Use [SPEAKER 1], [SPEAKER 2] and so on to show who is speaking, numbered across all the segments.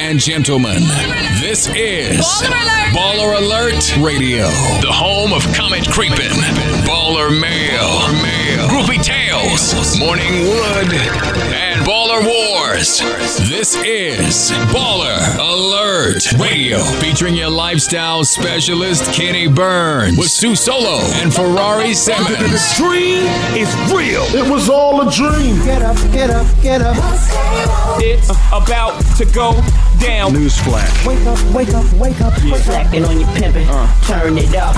[SPEAKER 1] and gentlemen, this is Baller Alert, Radio, the home of Comet Creepin', Baller Mail, Groupie Tales, Morning Wood, and Baller Wars. This is Baller Alert Radio, featuring your lifestyle specialist Kenny Burns with Sue Solo and Ferrari Simmons.
[SPEAKER 2] dream is real.
[SPEAKER 3] It was all a dream.
[SPEAKER 4] Get up, get up, get up.
[SPEAKER 2] It's about to go down. Newsflash.
[SPEAKER 4] Wake up, wake up, wake up.
[SPEAKER 5] Slacking on your pimping, turn it up.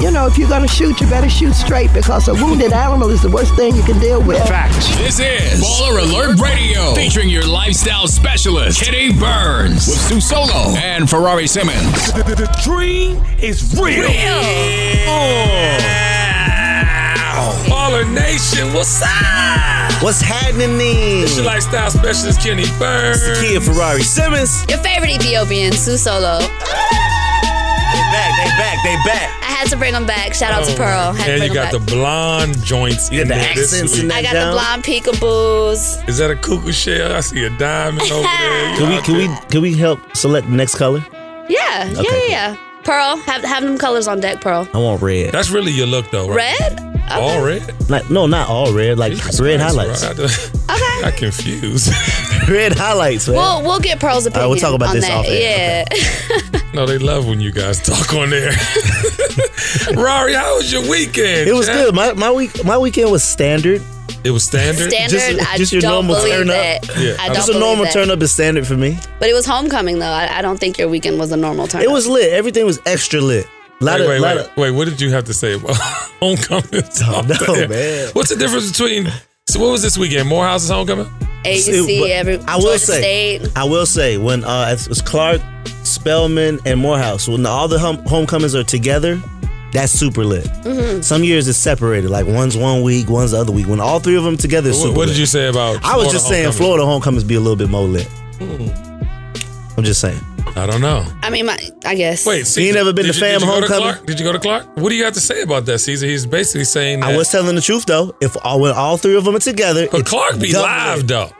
[SPEAKER 4] You know, if you're gonna shoot, you better shoot straight because a wounded animal is the worst thing you can deal with.
[SPEAKER 2] Facts.
[SPEAKER 1] This is Baller Alert Radio, featuring your lifestyle specialist, Kenny Burns, with Sue Solo and Ferrari Simmons.
[SPEAKER 2] The, the- the dream is real.
[SPEAKER 6] Oh. Baller Nation, what's up?
[SPEAKER 7] What's happening?
[SPEAKER 6] It's your lifestyle specialist, Kenny Burns.
[SPEAKER 7] Kid Ferrari Simmons.
[SPEAKER 8] Your favorite Ethiopian, Sue Solo.
[SPEAKER 7] They back, they back, they back.
[SPEAKER 8] I had to bring him back. Shout
[SPEAKER 7] Oh,
[SPEAKER 8] out to Pearl. Had to
[SPEAKER 6] And
[SPEAKER 8] bring
[SPEAKER 6] you got the
[SPEAKER 8] him back.
[SPEAKER 6] blonde joints
[SPEAKER 7] You
[SPEAKER 6] in
[SPEAKER 7] got the
[SPEAKER 6] there this
[SPEAKER 7] accents in
[SPEAKER 6] week.
[SPEAKER 7] that
[SPEAKER 8] I got
[SPEAKER 7] down.
[SPEAKER 8] the blonde peekaboos.
[SPEAKER 6] Is that a cuckoo shell? I see a diamond over there.
[SPEAKER 7] Can we, can we, can we help select the next color?
[SPEAKER 8] Yeah, yeah,
[SPEAKER 7] Okay.
[SPEAKER 8] yeah, yeah. Pearl, have have them colors on deck, Pearl.
[SPEAKER 7] I want red.
[SPEAKER 6] That's really your look, though, right?
[SPEAKER 8] Red? Okay.
[SPEAKER 6] All red.
[SPEAKER 7] Like, no, not all red. Like
[SPEAKER 6] Jesus
[SPEAKER 7] red
[SPEAKER 6] Christ,
[SPEAKER 7] highlights.
[SPEAKER 6] bro. I,
[SPEAKER 8] Okay.
[SPEAKER 6] I confused.
[SPEAKER 7] Red highlights, man.
[SPEAKER 8] We'll we'll get Pearl's opinion.
[SPEAKER 7] right, we'll talk about
[SPEAKER 8] on
[SPEAKER 7] this
[SPEAKER 8] that.
[SPEAKER 7] off air.
[SPEAKER 8] Yeah.
[SPEAKER 6] no, they love when you guys talk on there. Rari, how was your weekend?
[SPEAKER 7] it was
[SPEAKER 6] Jack?
[SPEAKER 7] good. My my week my weekend was standard.
[SPEAKER 6] It was standard.
[SPEAKER 8] Standard.
[SPEAKER 7] Just-
[SPEAKER 8] I
[SPEAKER 7] just your
[SPEAKER 8] don't
[SPEAKER 7] normal
[SPEAKER 8] believe
[SPEAKER 7] turn up.
[SPEAKER 8] that.
[SPEAKER 6] Yeah.
[SPEAKER 8] I don't
[SPEAKER 7] Just a
[SPEAKER 8] believe
[SPEAKER 7] normal
[SPEAKER 8] that.
[SPEAKER 7] turn up is standard for me.
[SPEAKER 8] But it was homecoming though. I, I don't think your weekend was a normal turn.
[SPEAKER 7] It was lit. Everything was extra lit. Lot
[SPEAKER 6] Wait,
[SPEAKER 7] of,
[SPEAKER 6] wait,
[SPEAKER 7] lot
[SPEAKER 6] wait,
[SPEAKER 7] of.
[SPEAKER 6] wait, what did you have to say about homecoming?
[SPEAKER 7] Oh, no,
[SPEAKER 6] There.
[SPEAKER 7] man.
[SPEAKER 6] What's the difference between, so what was this weekend? Morehouse's homecoming?
[SPEAKER 8] AUC,
[SPEAKER 7] but
[SPEAKER 8] every
[SPEAKER 7] I will
[SPEAKER 8] Georgia
[SPEAKER 7] say,
[SPEAKER 8] State.
[SPEAKER 7] I will say when uh, it was Clark, Spellman, and Morehouse. When all the hom- homecomings are together, that's super lit.
[SPEAKER 8] Mm-hmm.
[SPEAKER 7] Some years it's separated, like one's one week, one's the other week. When all three of them together, it's
[SPEAKER 6] Wh-
[SPEAKER 7] super
[SPEAKER 6] What,
[SPEAKER 7] lit.
[SPEAKER 6] did you say about
[SPEAKER 7] I was just saying,
[SPEAKER 6] homecoming?
[SPEAKER 7] Florida homecomings be a little bit more lit.
[SPEAKER 6] Hmm.
[SPEAKER 7] I'm just saying.
[SPEAKER 6] I don't know.
[SPEAKER 8] I mean, my, I guess.
[SPEAKER 6] Wait, Caesar,
[SPEAKER 7] ain't never been
[SPEAKER 6] did
[SPEAKER 7] to
[SPEAKER 6] you- did
[SPEAKER 7] fam
[SPEAKER 6] you go to
[SPEAKER 7] homecoming?
[SPEAKER 6] Clark? Did you go to Clark? What do you have to say about that, Caesar? He's basically saying that.
[SPEAKER 7] I was telling the truth though. If all, when all three of them are together,
[SPEAKER 6] but
[SPEAKER 7] it's
[SPEAKER 6] Clark be
[SPEAKER 7] double
[SPEAKER 6] live
[SPEAKER 7] lit.
[SPEAKER 6] though.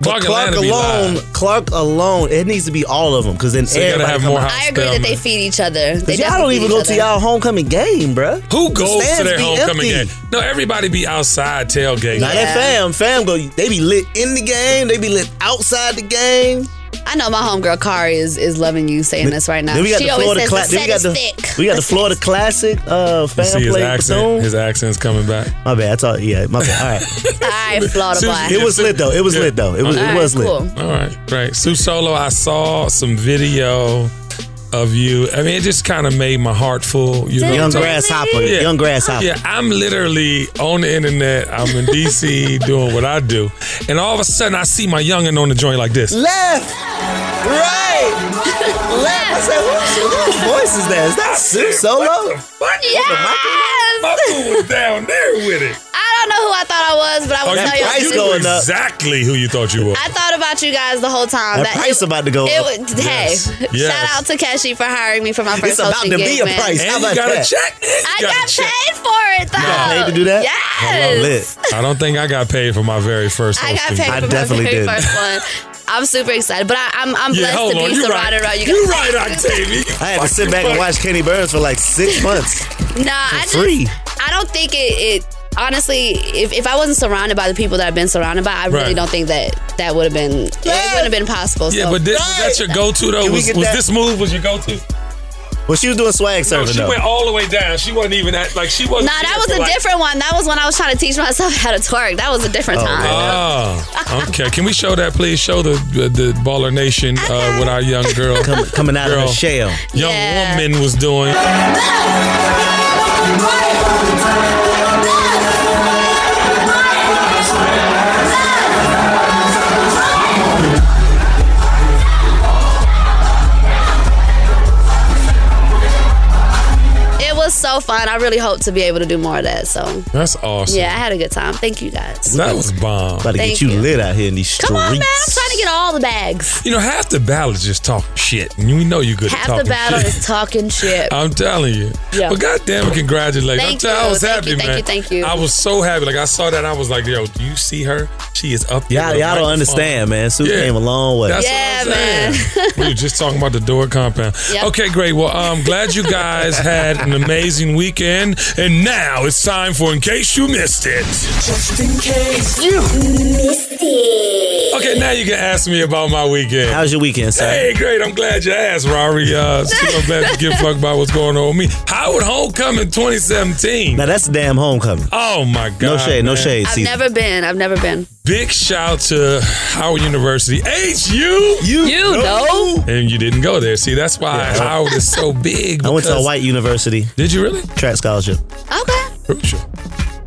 [SPEAKER 7] But Clark
[SPEAKER 6] Atlanta be
[SPEAKER 7] alone,
[SPEAKER 6] live.
[SPEAKER 7] Clark alone, it needs to be all of them because then
[SPEAKER 6] So you gotta
[SPEAKER 7] everybody
[SPEAKER 6] have
[SPEAKER 7] come
[SPEAKER 6] more
[SPEAKER 7] out.
[SPEAKER 8] I agree that they feed each other. They
[SPEAKER 7] Cause y'all don't
[SPEAKER 8] definitely
[SPEAKER 7] even
[SPEAKER 8] feed
[SPEAKER 7] go
[SPEAKER 8] each
[SPEAKER 7] to
[SPEAKER 8] other.
[SPEAKER 7] y'all homecoming game, bruh.
[SPEAKER 6] Who goes to
[SPEAKER 7] stands
[SPEAKER 6] their
[SPEAKER 7] be
[SPEAKER 6] homecoming
[SPEAKER 7] empty.
[SPEAKER 6] game? No, everybody be outside tailgating.
[SPEAKER 7] Now that
[SPEAKER 8] Yeah.
[SPEAKER 7] fam, fam go. They be lit in the game. They be lit outside the game.
[SPEAKER 8] I know my homegirl Kari is, is loving you saying this right now.
[SPEAKER 7] Then we got
[SPEAKER 8] she
[SPEAKER 7] the
[SPEAKER 8] always
[SPEAKER 7] Florida
[SPEAKER 8] says
[SPEAKER 7] Classic.
[SPEAKER 8] the
[SPEAKER 7] We got
[SPEAKER 8] set
[SPEAKER 7] the
[SPEAKER 8] is thick.
[SPEAKER 7] we got the
[SPEAKER 8] set
[SPEAKER 7] Florida
[SPEAKER 8] is-
[SPEAKER 7] Classic. Uh,
[SPEAKER 6] You
[SPEAKER 7] fam
[SPEAKER 6] see his
[SPEAKER 7] played
[SPEAKER 6] accent.
[SPEAKER 7] Bethune.
[SPEAKER 6] His accent's coming back.
[SPEAKER 7] My bad. I thought. Yeah, my bad. All right.
[SPEAKER 8] All right, Florida
[SPEAKER 6] Susan,
[SPEAKER 8] boy.
[SPEAKER 7] It was lit though. It was
[SPEAKER 6] Yeah.
[SPEAKER 7] lit though. It was.
[SPEAKER 8] All
[SPEAKER 7] It
[SPEAKER 8] right,
[SPEAKER 7] was lit.
[SPEAKER 8] cool.
[SPEAKER 6] All right, great. Sue Solo, I saw some video of you. I mean, it just kind of made my heart full. You know,
[SPEAKER 7] Young
[SPEAKER 6] what I'm
[SPEAKER 7] grasshopper.
[SPEAKER 6] Yeah.
[SPEAKER 7] Young grasshopper.
[SPEAKER 6] Yeah, I'm literally on the internet. I'm in DC doing what I do, and all of a sudden I see my youngin on the joint like this.
[SPEAKER 7] Left. Right. Left. I said, whose, whose voice is that? Is that Sue Solo?
[SPEAKER 6] What?
[SPEAKER 8] Yes!
[SPEAKER 6] My fool was down there with it. Oh,
[SPEAKER 8] I don't know who I thought I was, but I was
[SPEAKER 7] that
[SPEAKER 8] know y'all-
[SPEAKER 7] price
[SPEAKER 6] you
[SPEAKER 7] going
[SPEAKER 6] knew
[SPEAKER 7] up.
[SPEAKER 6] exactly who you thought you were.
[SPEAKER 8] I thought about you guys the whole time.
[SPEAKER 7] That price about to go
[SPEAKER 8] It
[SPEAKER 7] up.
[SPEAKER 8] was, hey,
[SPEAKER 6] Yes. Yes.
[SPEAKER 8] shout out to Keshi for hiring me for my
[SPEAKER 7] It's
[SPEAKER 8] first
[SPEAKER 7] about
[SPEAKER 8] hosting
[SPEAKER 7] to
[SPEAKER 8] gig,
[SPEAKER 7] be a
[SPEAKER 8] man.
[SPEAKER 7] price. How
[SPEAKER 6] and you
[SPEAKER 7] about
[SPEAKER 6] got a
[SPEAKER 7] that?
[SPEAKER 6] check. And
[SPEAKER 8] I
[SPEAKER 6] you
[SPEAKER 8] got
[SPEAKER 6] a check.
[SPEAKER 8] paid for it though.
[SPEAKER 7] got paid to do that?
[SPEAKER 8] Yes.
[SPEAKER 7] Lit.
[SPEAKER 6] I don't think I got paid for my very first.
[SPEAKER 8] I got
[SPEAKER 6] hosting.
[SPEAKER 8] paid
[SPEAKER 7] I
[SPEAKER 8] for
[SPEAKER 7] definitely
[SPEAKER 8] my very
[SPEAKER 7] did.
[SPEAKER 8] first one. I'm super excited, but I, I'm I'm
[SPEAKER 6] Yeah,
[SPEAKER 8] blessed
[SPEAKER 6] hold
[SPEAKER 8] to
[SPEAKER 6] on.
[SPEAKER 8] be
[SPEAKER 6] You
[SPEAKER 8] surrounded around
[SPEAKER 6] right.
[SPEAKER 8] you
[SPEAKER 6] You
[SPEAKER 8] guys.
[SPEAKER 6] right, Octavia.
[SPEAKER 7] I had to sit back and watch Kenny Burns for like six months.
[SPEAKER 8] Nah, I just,
[SPEAKER 7] free.
[SPEAKER 8] I don't think it. it honestly, if, if I wasn't surrounded by the people that I've been surrounded by, I really
[SPEAKER 6] Right.
[SPEAKER 8] don't think that that would have been. It wouldn't have been possible.
[SPEAKER 6] Yeah,
[SPEAKER 8] so.
[SPEAKER 6] but this, that's your go-to though.
[SPEAKER 7] Can we
[SPEAKER 6] Was,
[SPEAKER 7] get
[SPEAKER 6] was
[SPEAKER 7] that-
[SPEAKER 6] this move was your go-to?
[SPEAKER 7] Well, she was doing swag
[SPEAKER 6] No,
[SPEAKER 7] surfing
[SPEAKER 6] she
[SPEAKER 7] though.
[SPEAKER 6] went all the way down. She wasn't even at like she wasn't.
[SPEAKER 8] Nah,
[SPEAKER 6] she
[SPEAKER 8] that was a
[SPEAKER 6] like-
[SPEAKER 8] different one. That was when I was trying to teach myself how to twerk. That was a different
[SPEAKER 7] Oh,
[SPEAKER 8] time.
[SPEAKER 6] Oh, okay. Can we show that, please? Show the the, the baller nation uh, what our young girl,
[SPEAKER 7] Come- coming out of
[SPEAKER 6] Girl.
[SPEAKER 7] her shell.
[SPEAKER 6] young
[SPEAKER 8] Yeah.
[SPEAKER 6] woman was doing.
[SPEAKER 8] It was so fun. I I really hope to be able to do more of that. So
[SPEAKER 6] That's awesome.
[SPEAKER 8] yeah, I had a good time. Thank you guys.
[SPEAKER 6] That was bomb.
[SPEAKER 7] About to
[SPEAKER 8] Thank
[SPEAKER 7] get you,
[SPEAKER 8] you.
[SPEAKER 7] lit out here in these
[SPEAKER 8] Come on, man.
[SPEAKER 7] streets.
[SPEAKER 8] I'm trying to get all the bags.
[SPEAKER 6] You know, half the battle is just talking shit. And we know you're good at
[SPEAKER 8] Half the
[SPEAKER 6] talking
[SPEAKER 8] battle
[SPEAKER 6] shit.
[SPEAKER 8] is talking shit.
[SPEAKER 6] I'm telling you.
[SPEAKER 8] Yeah.
[SPEAKER 6] But goddamn it, congratulations.
[SPEAKER 8] Thank
[SPEAKER 6] I'm tell- I
[SPEAKER 8] you,
[SPEAKER 6] was
[SPEAKER 8] thank
[SPEAKER 6] happy,
[SPEAKER 8] you, thank
[SPEAKER 6] man.
[SPEAKER 8] you, thank you.
[SPEAKER 6] I was so happy. Like I saw that, I was like, yo, do you see her? She is up there.
[SPEAKER 7] Y'all,
[SPEAKER 6] with a
[SPEAKER 7] y'all don't
[SPEAKER 6] microphone.
[SPEAKER 7] understand, man. Sue
[SPEAKER 6] Yeah.
[SPEAKER 7] came a long way.
[SPEAKER 6] That's
[SPEAKER 8] Yeah,
[SPEAKER 6] what I'm
[SPEAKER 8] man.
[SPEAKER 6] saying. we were just talking about the door compound.
[SPEAKER 8] Yep.
[SPEAKER 6] Okay, great. Well, I'm glad you guys had an amazing weekend. And now it's time for In Case You Missed It. Okay, now you can ask me about my weekend.
[SPEAKER 7] How's your weekend, sir?
[SPEAKER 6] Hey, great. I'm glad you asked, Rory. Uh, so I'm glad you give a fuck about what's going on with me. Howard Homecoming 2017.
[SPEAKER 7] Now that's a damn homecoming.
[SPEAKER 6] Oh, my God.
[SPEAKER 7] No shade, no
[SPEAKER 6] man.
[SPEAKER 7] shade.
[SPEAKER 8] I've
[SPEAKER 7] See,
[SPEAKER 8] never been. I've never been.
[SPEAKER 6] Big shout to Howard University. HU!
[SPEAKER 7] you,
[SPEAKER 8] know.
[SPEAKER 6] And you didn't go there. See, that's why Howard is so big.
[SPEAKER 7] I went to a
[SPEAKER 6] because-
[SPEAKER 7] white university,
[SPEAKER 6] Did you really?
[SPEAKER 7] track scholarship,
[SPEAKER 8] Okay.
[SPEAKER 6] Crucial.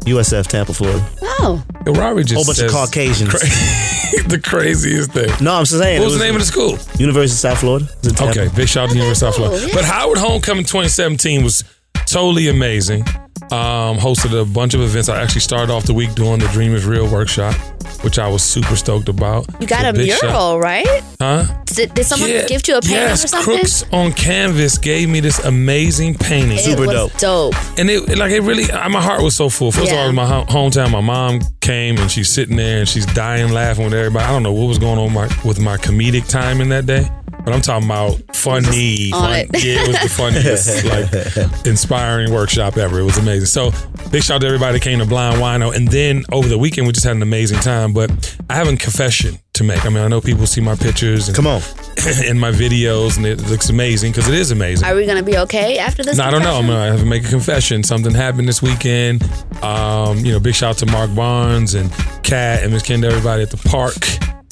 [SPEAKER 7] USF Tampa, Florida.
[SPEAKER 8] Oh.
[SPEAKER 6] Yo, Rory just
[SPEAKER 7] Whole bunch
[SPEAKER 6] says
[SPEAKER 7] of Caucasians.
[SPEAKER 6] the craziest thing.
[SPEAKER 7] No, I'm just saying.
[SPEAKER 6] What
[SPEAKER 7] it
[SPEAKER 6] was the name of the school?
[SPEAKER 7] University of South Florida. It's in Tampa.
[SPEAKER 6] Okay, big shout out to University of South
[SPEAKER 8] Oh,
[SPEAKER 6] Florida.
[SPEAKER 8] yeah.
[SPEAKER 6] But Howard Homecoming 2017 was totally amazing. Um, hosted a bunch of events. I actually started off the week doing the Dream is Real workshop, which I was super stoked about.
[SPEAKER 8] You got
[SPEAKER 6] So
[SPEAKER 8] a
[SPEAKER 6] big shout-
[SPEAKER 8] mural, right?
[SPEAKER 6] huh?
[SPEAKER 8] Did, did someone
[SPEAKER 6] Yeah.
[SPEAKER 8] gift you a painting
[SPEAKER 6] yes,
[SPEAKER 8] or something?
[SPEAKER 6] Crooks on Canvas gave me this amazing painting.
[SPEAKER 8] it
[SPEAKER 7] Super
[SPEAKER 8] was
[SPEAKER 7] dope.
[SPEAKER 8] dope.
[SPEAKER 6] and it like it really I, my heart was so full first
[SPEAKER 8] Yeah.
[SPEAKER 6] of all it was my ho- hometown my mom came and she's sitting there and she's dying laughing with everybody i don't know what was going on my, with my comedic time in that day but i'm talking about funny
[SPEAKER 8] on it.
[SPEAKER 6] yeah it was the funniest like inspiring workshop ever it was amazing so big shout out to everybody that came to blind wino and then over the weekend we just had an amazing time but i have a confession to make i mean i know people see my pictures and,
[SPEAKER 7] Come on.
[SPEAKER 6] and my videos and it looks amazing because it is amazing
[SPEAKER 8] Are we gonna be okay after this?
[SPEAKER 6] no, I don't know. I'm
[SPEAKER 8] confession?
[SPEAKER 6] gonna have to make a confession. Something happened this weekend. Um, you know, big shout out to Mark Barnes and Kat and Miss Kenda, everybody at the park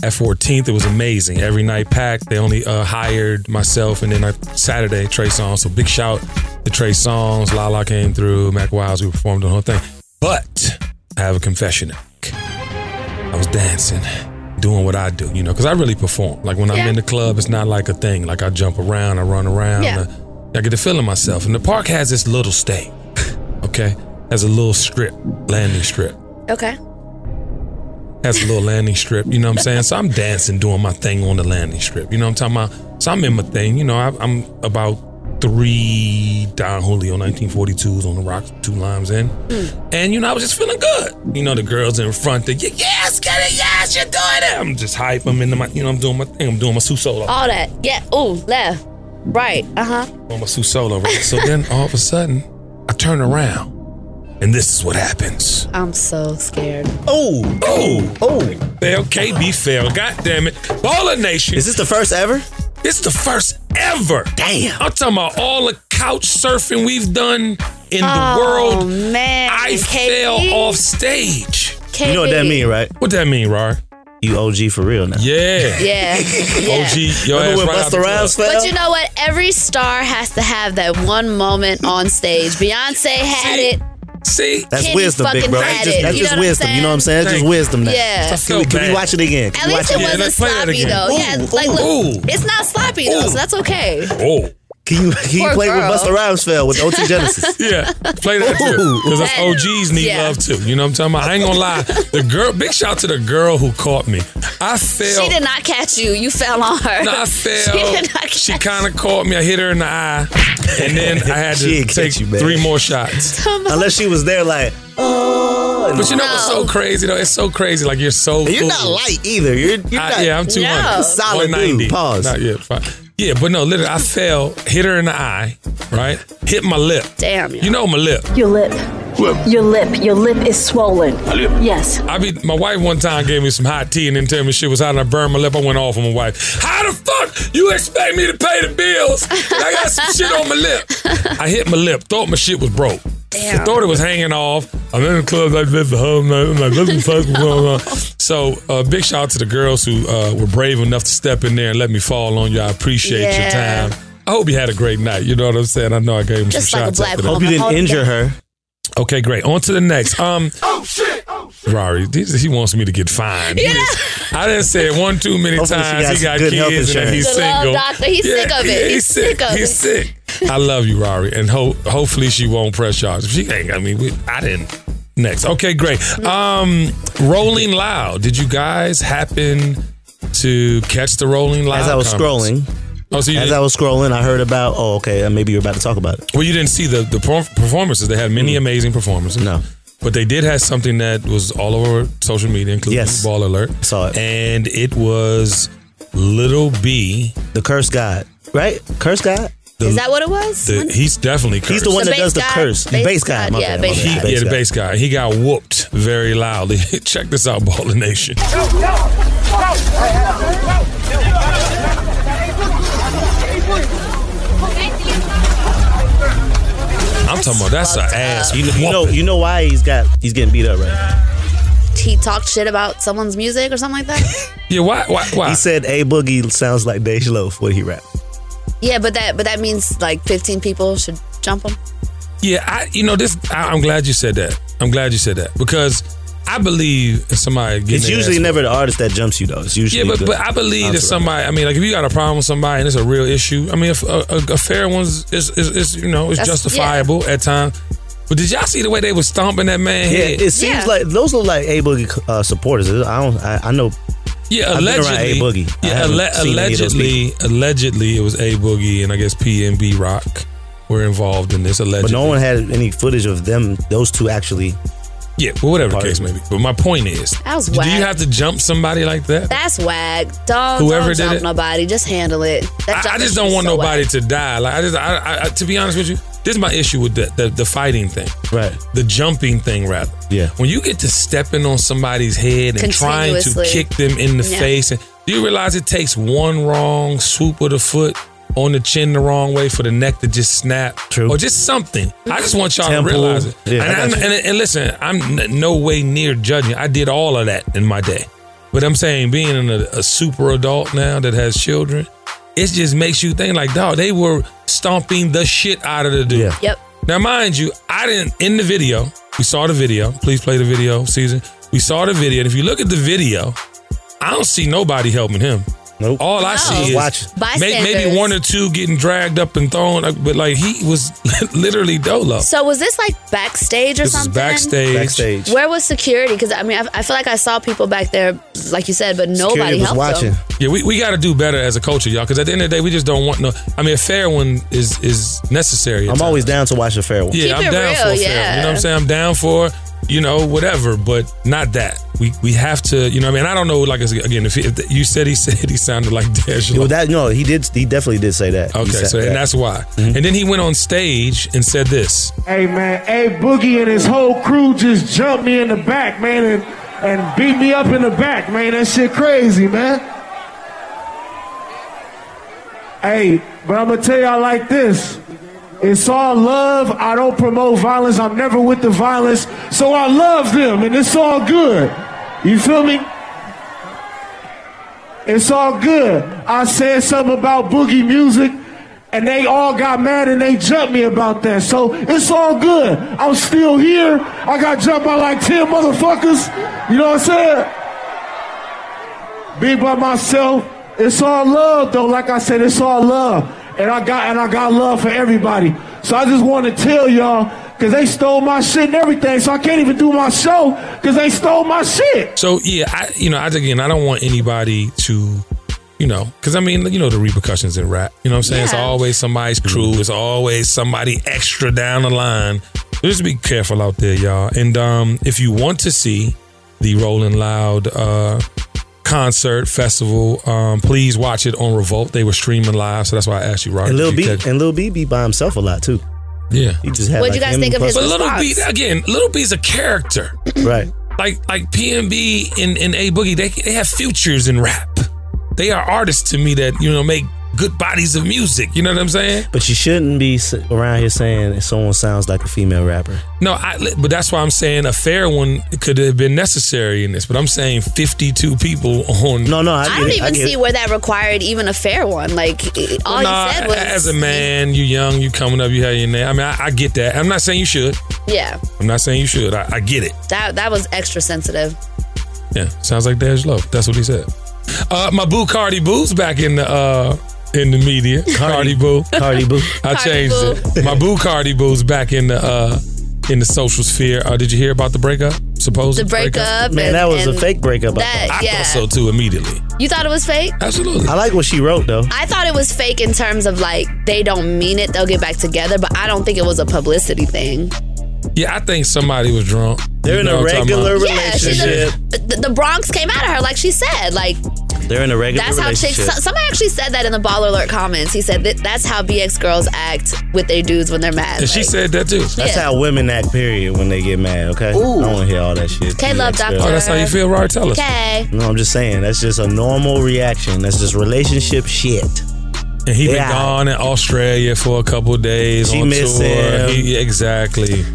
[SPEAKER 6] at 14th. It was amazing. Every night packed. They only uh, hired myself and then uh, Saturday Trey Songs. So big shout to Trey Songs. Lala came through. Mac Wiles. We performed the whole thing. But I have a confession. to make. I was dancing, doing what I do, you know, because I really perform. Like when I'm
[SPEAKER 8] Yeah.
[SPEAKER 6] in the club, it's not like a thing. Like I jump around, I run around,
[SPEAKER 8] Yeah.
[SPEAKER 6] I, I get to feeling myself. And the park has this little stage, okay? Has a little strip, landing strip.
[SPEAKER 8] Okay.
[SPEAKER 6] Has a little landing strip, you know what I'm saying? So I'm dancing, doing my thing on the landing strip, you know what I'm talking about? So I'm in my thing, you know, I, I'm about three Don Julio 1942s on the rocks, two limes in. And, you know, I was just feeling good. You know, the girls in front, they, yes, get it, yes, you're doing it. I'm just hype, I'm into my, you know, I'm doing my thing, I'm doing my Sue solo.
[SPEAKER 8] All that. Yeah. Ooh, left. Right. Uh huh.
[SPEAKER 6] on my Sue Solo, right? So then all of a sudden, I turn around, and this is what happens.
[SPEAKER 8] I'm so scared.
[SPEAKER 7] Oh,
[SPEAKER 6] Oh,
[SPEAKER 7] oh.
[SPEAKER 6] fail, KB fail. God damn it. Baller Nation,
[SPEAKER 7] Is
[SPEAKER 6] this
[SPEAKER 7] this the first ever?
[SPEAKER 6] is the first ever.
[SPEAKER 7] Damn.
[SPEAKER 6] I'm talking about all the couch surfing we've done in the
[SPEAKER 8] Oh
[SPEAKER 6] world.
[SPEAKER 8] man.
[SPEAKER 6] I
[SPEAKER 8] KB?
[SPEAKER 6] fell off stage.
[SPEAKER 8] KB.
[SPEAKER 7] You know what that mean, right?
[SPEAKER 6] What that mean, Rar?
[SPEAKER 7] You OG for real now.
[SPEAKER 6] Yeah.
[SPEAKER 8] Yeah. yeah.
[SPEAKER 6] OG, your
[SPEAKER 7] Remember
[SPEAKER 6] ass right out the
[SPEAKER 7] when Busta
[SPEAKER 6] club.
[SPEAKER 7] Rhymes fell?
[SPEAKER 8] But you know what? Every star has to have that one moment on stage. Beyonce had
[SPEAKER 6] See?
[SPEAKER 8] it.
[SPEAKER 6] See?
[SPEAKER 7] that's
[SPEAKER 8] Kenny
[SPEAKER 7] wisdom, big
[SPEAKER 8] fucking
[SPEAKER 7] bro.
[SPEAKER 8] had
[SPEAKER 7] That's just,
[SPEAKER 8] it,
[SPEAKER 7] that's
[SPEAKER 8] you
[SPEAKER 7] just
[SPEAKER 8] know what I'm
[SPEAKER 7] wisdom. You know what I'm
[SPEAKER 8] saying?
[SPEAKER 7] saying? That's just
[SPEAKER 6] Thank-
[SPEAKER 7] wisdom now.
[SPEAKER 8] Yeah. I
[SPEAKER 6] feel
[SPEAKER 7] Can we, can we
[SPEAKER 6] bad.
[SPEAKER 7] watch it again? Can
[SPEAKER 8] At
[SPEAKER 7] we
[SPEAKER 8] least
[SPEAKER 7] watch
[SPEAKER 8] it
[SPEAKER 6] Yeah,
[SPEAKER 8] wasn't
[SPEAKER 6] let's play that
[SPEAKER 8] sloppy
[SPEAKER 6] again.
[SPEAKER 8] though. yeah,
[SPEAKER 6] Ooh,
[SPEAKER 8] like look,
[SPEAKER 6] ooh.
[SPEAKER 8] it's not sloppy though, so that's okay.
[SPEAKER 6] Oh.
[SPEAKER 7] Can you, can you
[SPEAKER 8] Poor
[SPEAKER 7] play
[SPEAKER 8] girl.
[SPEAKER 7] with Busta Rhymes fell with OT Genesis?
[SPEAKER 6] Yeah, play that too.
[SPEAKER 7] Ooh.
[SPEAKER 6] Because us
[SPEAKER 8] That-
[SPEAKER 6] OGs need
[SPEAKER 8] yeah.
[SPEAKER 6] love too. You know what I'm talking about? I ain't gonna lie. The girl, big shout out to the girl who caught me. I
[SPEAKER 8] She
[SPEAKER 6] fell.
[SPEAKER 8] did not catch you. You fell on her.
[SPEAKER 6] No, I
[SPEAKER 8] She did
[SPEAKER 6] fell.
[SPEAKER 8] not catch
[SPEAKER 6] She, kind of caught me. I hit her in the eye, and then I had
[SPEAKER 7] She
[SPEAKER 6] to
[SPEAKER 7] ain't
[SPEAKER 6] take
[SPEAKER 7] catch you, man.
[SPEAKER 6] three more shots.
[SPEAKER 8] Come on.
[SPEAKER 7] Unless she was there like, oh. and-
[SPEAKER 6] But you know what's so
[SPEAKER 8] No.
[SPEAKER 6] crazy though? It's so crazy. Like you're so.
[SPEAKER 7] and you're
[SPEAKER 6] cool.
[SPEAKER 7] not light either. You're, you're
[SPEAKER 6] I-
[SPEAKER 7] not.
[SPEAKER 6] yeah, I'm 200.
[SPEAKER 8] No.
[SPEAKER 7] Solid dude.
[SPEAKER 6] 190.
[SPEAKER 7] Pause.
[SPEAKER 6] Not yet. Fine. Yeah, but no, literally, I fell, hit her in the eye, right? Hit my lip.
[SPEAKER 8] Damn, y'all.
[SPEAKER 6] You know my lip.
[SPEAKER 3] Your lip. Your lip. Your lip is swollen. Yes.
[SPEAKER 6] I be my wife one time gave me some hot tea and then tell me shit was hot and I burned my lip. I went off on my wife. How the fuck you expect me to pay the bills? And I got some shit on my lip. I hit my lip. Thought my shit was broke.
[SPEAKER 8] Damn.
[SPEAKER 6] Thought it was hanging off. I'm in the club like this the whole night. I'm like, what the fuck is going on? So, uh, big shout out to the girls who uh, were brave enough to step in there and let me fall on you. I appreciate
[SPEAKER 8] Yeah.
[SPEAKER 6] your time. I hope you had a great night. You know what I'm saying? I know I gave him
[SPEAKER 8] Just
[SPEAKER 6] some
[SPEAKER 8] like a
[SPEAKER 6] shots.
[SPEAKER 8] black
[SPEAKER 6] after that.
[SPEAKER 8] woman.
[SPEAKER 7] Hope you didn't
[SPEAKER 8] Hold it
[SPEAKER 7] injure
[SPEAKER 8] down.
[SPEAKER 7] her.
[SPEAKER 6] Okay, great. On to the next. Um, oh shit! Rari, he, he wants me to get fined. He is- I didn't say it one too many
[SPEAKER 7] Hopefully she
[SPEAKER 6] times.
[SPEAKER 7] got
[SPEAKER 6] he got
[SPEAKER 7] good health
[SPEAKER 6] kids and that
[SPEAKER 7] insurance.
[SPEAKER 6] he's
[SPEAKER 8] The love
[SPEAKER 6] single.
[SPEAKER 8] doctor, he's sick of it.
[SPEAKER 6] he's,
[SPEAKER 8] He's
[SPEAKER 6] sick.
[SPEAKER 8] sick of
[SPEAKER 6] he's
[SPEAKER 8] it.
[SPEAKER 6] sick. I love you, Rari, and ho- hopefully she won't press charge. If she ain't, I mean, we, I didn't. Next, okay, great. Um, Rolling Loud. Did you guys happen to catch the Rolling Loud?
[SPEAKER 7] As I was
[SPEAKER 6] comments?
[SPEAKER 7] scrolling,
[SPEAKER 6] Oh, so you
[SPEAKER 7] as
[SPEAKER 6] didn't-
[SPEAKER 7] I was scrolling, I heard about. Oh, okay. uh, Maybe you're about to talk about it.
[SPEAKER 6] Well, you didn't see the the perf- performances. They had many amazing performances.
[SPEAKER 7] Mm. No.
[SPEAKER 6] But they did have something that was all over social media, including
[SPEAKER 7] Yes.
[SPEAKER 6] Ball Alert.
[SPEAKER 7] Saw it.
[SPEAKER 6] And it was Little B.
[SPEAKER 7] The curse god, right? Curse god.
[SPEAKER 6] The,
[SPEAKER 8] Is that what it was?
[SPEAKER 6] the- he's definitely cursed.
[SPEAKER 7] He's the one
[SPEAKER 8] The
[SPEAKER 7] that does the
[SPEAKER 8] bass guy?
[SPEAKER 7] curse. The
[SPEAKER 8] Bass
[SPEAKER 7] bass guy.
[SPEAKER 8] god,
[SPEAKER 7] my
[SPEAKER 8] yeah,
[SPEAKER 7] bad, my
[SPEAKER 8] bass
[SPEAKER 7] bad.
[SPEAKER 8] god.
[SPEAKER 6] He, yeah, the bass guy. He got whooped very loudly. Check this out, Baller Nation. I'm talking about that's an
[SPEAKER 8] Fucked up.
[SPEAKER 6] ass.
[SPEAKER 7] You know, you know,
[SPEAKER 6] whooping.
[SPEAKER 7] you know why he's got he's getting beat up right now.
[SPEAKER 8] he talked shit about someone's music or something like that.
[SPEAKER 6] yeah, why, why, why?
[SPEAKER 7] He said a boogie sounds like Dej Loaf when he rap.
[SPEAKER 8] yeah, but that but that means like 15 people should jump him.
[SPEAKER 6] Yeah, I you know this. I, I'm glad you said that. I'm glad you said that because I believe if somebody getting
[SPEAKER 7] It's
[SPEAKER 6] their
[SPEAKER 7] usually
[SPEAKER 6] ass
[SPEAKER 7] never the artist that jumps you though. It's usually
[SPEAKER 6] Yeah, but,
[SPEAKER 7] the
[SPEAKER 6] but I believe that
[SPEAKER 7] entourage.
[SPEAKER 6] somebody. I mean, like if you got a problem with somebody and it's a real issue, I mean, if a, a, a fair one's is, is, is you know it's
[SPEAKER 8] That's-
[SPEAKER 6] justifiable at times. But did y'all see the way they was stomping that man?
[SPEAKER 7] Yeah,
[SPEAKER 6] head?
[SPEAKER 7] it seems
[SPEAKER 8] Yeah.
[SPEAKER 7] like those look like a boogie uh, supporters. I don't. I, I know
[SPEAKER 6] yeah.
[SPEAKER 7] I've been around
[SPEAKER 6] Allegedly,
[SPEAKER 7] A Boogie. I
[SPEAKER 6] yeah.
[SPEAKER 7] haven't
[SPEAKER 6] alle-
[SPEAKER 7] seen any of those
[SPEAKER 6] allegedly, allegedly, it was a boogie and I guess P and B Rock were involved in this.
[SPEAKER 7] But
[SPEAKER 6] Allegedly,
[SPEAKER 7] no one had any footage of them, those two actually.
[SPEAKER 6] yeah. Well, whatever the
[SPEAKER 7] Pardon.
[SPEAKER 6] case may be. But my point is,
[SPEAKER 8] That was
[SPEAKER 6] do
[SPEAKER 8] whack.
[SPEAKER 6] you have to jump somebody like that?
[SPEAKER 8] That's wag. Don't,
[SPEAKER 6] Whoever did
[SPEAKER 8] don't jump
[SPEAKER 6] it-
[SPEAKER 8] nobody. Just handle it. That
[SPEAKER 6] I, I
[SPEAKER 8] jumping
[SPEAKER 6] just
[SPEAKER 8] shit
[SPEAKER 6] don't
[SPEAKER 8] is
[SPEAKER 6] want
[SPEAKER 8] so
[SPEAKER 6] nobody
[SPEAKER 8] whack.
[SPEAKER 6] to die. Like I just, I, I, I, to be honest with you, this is my issue with the the, the fighting thing,
[SPEAKER 7] Right.
[SPEAKER 6] The jumping thing, rather.
[SPEAKER 7] Yeah.
[SPEAKER 6] When you get to stepping on somebody's head and trying to
[SPEAKER 8] Continuously.
[SPEAKER 6] kick them in the
[SPEAKER 8] Yeah.
[SPEAKER 6] face, and do you realize it takes one wrong swoop of the foot on the chin the wrong way for the neck to just snap,
[SPEAKER 7] True.
[SPEAKER 6] or just something. I just want y'all
[SPEAKER 7] Temple.
[SPEAKER 6] to realize it.
[SPEAKER 7] Yeah, I
[SPEAKER 6] and,
[SPEAKER 7] got
[SPEAKER 6] I'm,
[SPEAKER 7] you.
[SPEAKER 6] and, and listen, I'm n- no way near judging. I did all of that in my day, but I'm saying being an, a, a super adult now that has children, it just makes you think like, dog, they were stomping the shit out of the dude.
[SPEAKER 7] Yeah.
[SPEAKER 8] Yep.
[SPEAKER 6] Now, mind you, I didn't in the video. We saw the video. Please play the video, season. We saw the video, and if you look at the video, I don't see nobody helping him.
[SPEAKER 7] Nope.
[SPEAKER 6] All I
[SPEAKER 8] No.
[SPEAKER 6] see is
[SPEAKER 7] Watch.
[SPEAKER 6] may- maybe
[SPEAKER 8] Bystanders.
[SPEAKER 6] one or two getting dragged up and thrown, like, but like he was literally dolo.
[SPEAKER 8] So was this like backstage or
[SPEAKER 6] this is
[SPEAKER 8] something?
[SPEAKER 6] backstage.
[SPEAKER 7] Backstage.
[SPEAKER 8] Where was security? Because I mean, I, I feel like I saw people back there, like you said, but nobody
[SPEAKER 7] Security was
[SPEAKER 8] helped
[SPEAKER 7] watching.
[SPEAKER 8] them.
[SPEAKER 6] Yeah, we, we got to do better as a culture, y'all. Because at the end of the day, we just don't want no. I mean, a fair one is is necessary. at
[SPEAKER 7] I'm always
[SPEAKER 6] times.
[SPEAKER 7] down to watch a fair one.
[SPEAKER 6] Yeah,
[SPEAKER 8] Keep
[SPEAKER 6] I'm
[SPEAKER 8] it
[SPEAKER 6] down for a fair
[SPEAKER 8] real,
[SPEAKER 6] one. You know what I'm
[SPEAKER 8] yeah.
[SPEAKER 6] saying? I'm down for you know whatever, but not that. We we have to. You know what I mean? I don't know. Like I said, again, if, he, if you said he said he sounded like Dash.
[SPEAKER 7] Well, that no, he did. He definitely did say that. He
[SPEAKER 6] Okay,
[SPEAKER 7] said Mm-hmm.
[SPEAKER 6] so and
[SPEAKER 7] that.
[SPEAKER 6] that's why. And then he went on stage and said this.
[SPEAKER 9] Hey man, hey Boogie and his whole crew just jumped me in the back, man, and, and beat me up in the back, man. That shit crazy, man. Hey, but I'm gonna tell y'all like this. It's all love. I don't promote violence. I'm never with the violence. So I love them and it's all good. You feel me? It's all good. I said something about boogie music, and they all got mad and they jumped me about that. So it's all good. I'm still here. I got jumped by like 10 motherfuckers. You know what I'm saying? Be by myself. It's all love though. Like I said, it's all love. And I got and I got love for everybody. So I just want to tell y'all, cause they stole my shit and everything. So I can't even do my show cause they stole my shit.
[SPEAKER 6] So yeah, I you know, I again, I don't want anybody to, you know, because I mean, you know, the repercussions in rap. You know what I'm saying? It's
[SPEAKER 8] Yeah.
[SPEAKER 6] always somebody's crew. It's always somebody extra down the line. So just be careful out there, y'all. And um, if you want to see the Rolling Loud uh, concert festival, um, please watch it on Revolt. They were streaming live, so that's why I asked you, Roger.
[SPEAKER 7] And Lil
[SPEAKER 6] did
[SPEAKER 7] B
[SPEAKER 6] you catch-
[SPEAKER 7] and Lil B be by himself a lot too.
[SPEAKER 6] yeah.
[SPEAKER 7] He just had.
[SPEAKER 8] What'd
[SPEAKER 7] like,
[SPEAKER 8] you guys
[SPEAKER 7] him
[SPEAKER 8] think
[SPEAKER 7] and
[SPEAKER 8] of his
[SPEAKER 6] But
[SPEAKER 7] Busta-
[SPEAKER 6] Little B
[SPEAKER 8] response.
[SPEAKER 6] again, Little B's a character.
[SPEAKER 7] Right.
[SPEAKER 6] like like PNB and, and A Boogie, they they have futures in rap. They are artists to me that you know make good bodies of music. You know what I'm saying?
[SPEAKER 7] But you shouldn't be s- around here saying someone sounds like a female rapper.
[SPEAKER 6] No, I, but that's why I'm saying a fair one could have been necessary in this. But I'm saying 52 people on.
[SPEAKER 7] No, no. I,
[SPEAKER 8] I
[SPEAKER 7] get
[SPEAKER 8] don't
[SPEAKER 7] it, I
[SPEAKER 8] even
[SPEAKER 7] get
[SPEAKER 8] see
[SPEAKER 7] it.
[SPEAKER 8] where that required even a fair one. Like it- all
[SPEAKER 6] Nah,
[SPEAKER 8] he said was
[SPEAKER 6] as a man, you young, you coming up, you have your name. I mean, I, I get that. I'm not saying you should.
[SPEAKER 8] Yeah,
[SPEAKER 6] I'm not saying you should. I, I get it.
[SPEAKER 8] that that was extra sensitive.
[SPEAKER 6] Yeah, sounds like Dash Love. That's what he said. Uh, my boo Cardi Boo's back in the uh, in the media. Cardi, Boo.
[SPEAKER 7] Cardi boo.
[SPEAKER 6] I
[SPEAKER 8] Cardi
[SPEAKER 6] changed it. My boo Cardi Boo's back in the uh, in the social sphere. Uh, did you hear about the breakup? Supposed
[SPEAKER 8] The breakup.
[SPEAKER 7] Man,
[SPEAKER 8] and-
[SPEAKER 7] that was a
[SPEAKER 8] and
[SPEAKER 7] fake breakup, I
[SPEAKER 8] That,
[SPEAKER 6] I
[SPEAKER 8] yeah.
[SPEAKER 6] thought so too immediately.
[SPEAKER 8] You thought it was fake?
[SPEAKER 6] Absolutely.
[SPEAKER 7] I like what she wrote though.
[SPEAKER 8] I thought it was fake in terms of like they don't mean it, they'll get back together, but I don't think it was a publicity thing.
[SPEAKER 6] Yeah, I think somebody was drunk.
[SPEAKER 7] They're
[SPEAKER 6] You
[SPEAKER 7] in
[SPEAKER 6] know
[SPEAKER 7] a
[SPEAKER 6] what I'm talking
[SPEAKER 7] regular
[SPEAKER 6] about.
[SPEAKER 8] Yeah, she
[SPEAKER 7] relationship.
[SPEAKER 8] the, the Bronx came out of her, like she said. Like
[SPEAKER 7] They're in a regular
[SPEAKER 8] that's how chicks.
[SPEAKER 7] relationship.
[SPEAKER 8] so- Somebody actually said that in the Ball Alert comments. He said that that's how BX girls act with their dudes when they're mad.
[SPEAKER 6] And she
[SPEAKER 8] Like,
[SPEAKER 6] said that too.
[SPEAKER 7] That's
[SPEAKER 8] Yeah.
[SPEAKER 7] how women act. Period. When they get mad. Okay. I don't want to hear all that shit.
[SPEAKER 8] Okay, love
[SPEAKER 7] Yeah, it's
[SPEAKER 6] Oh,
[SPEAKER 8] doctor.
[SPEAKER 7] good.
[SPEAKER 6] that's how you feel, right? Tell us.
[SPEAKER 8] "Okay,
[SPEAKER 7] No, I'm just saying. That's just a normal reaction. That's just relationship shit.
[SPEAKER 6] And he been
[SPEAKER 7] Yeah.
[SPEAKER 6] gone in Australia for a couple of days
[SPEAKER 7] She
[SPEAKER 6] on
[SPEAKER 7] miss
[SPEAKER 6] tour.
[SPEAKER 7] him.
[SPEAKER 6] He- yeah, exactly.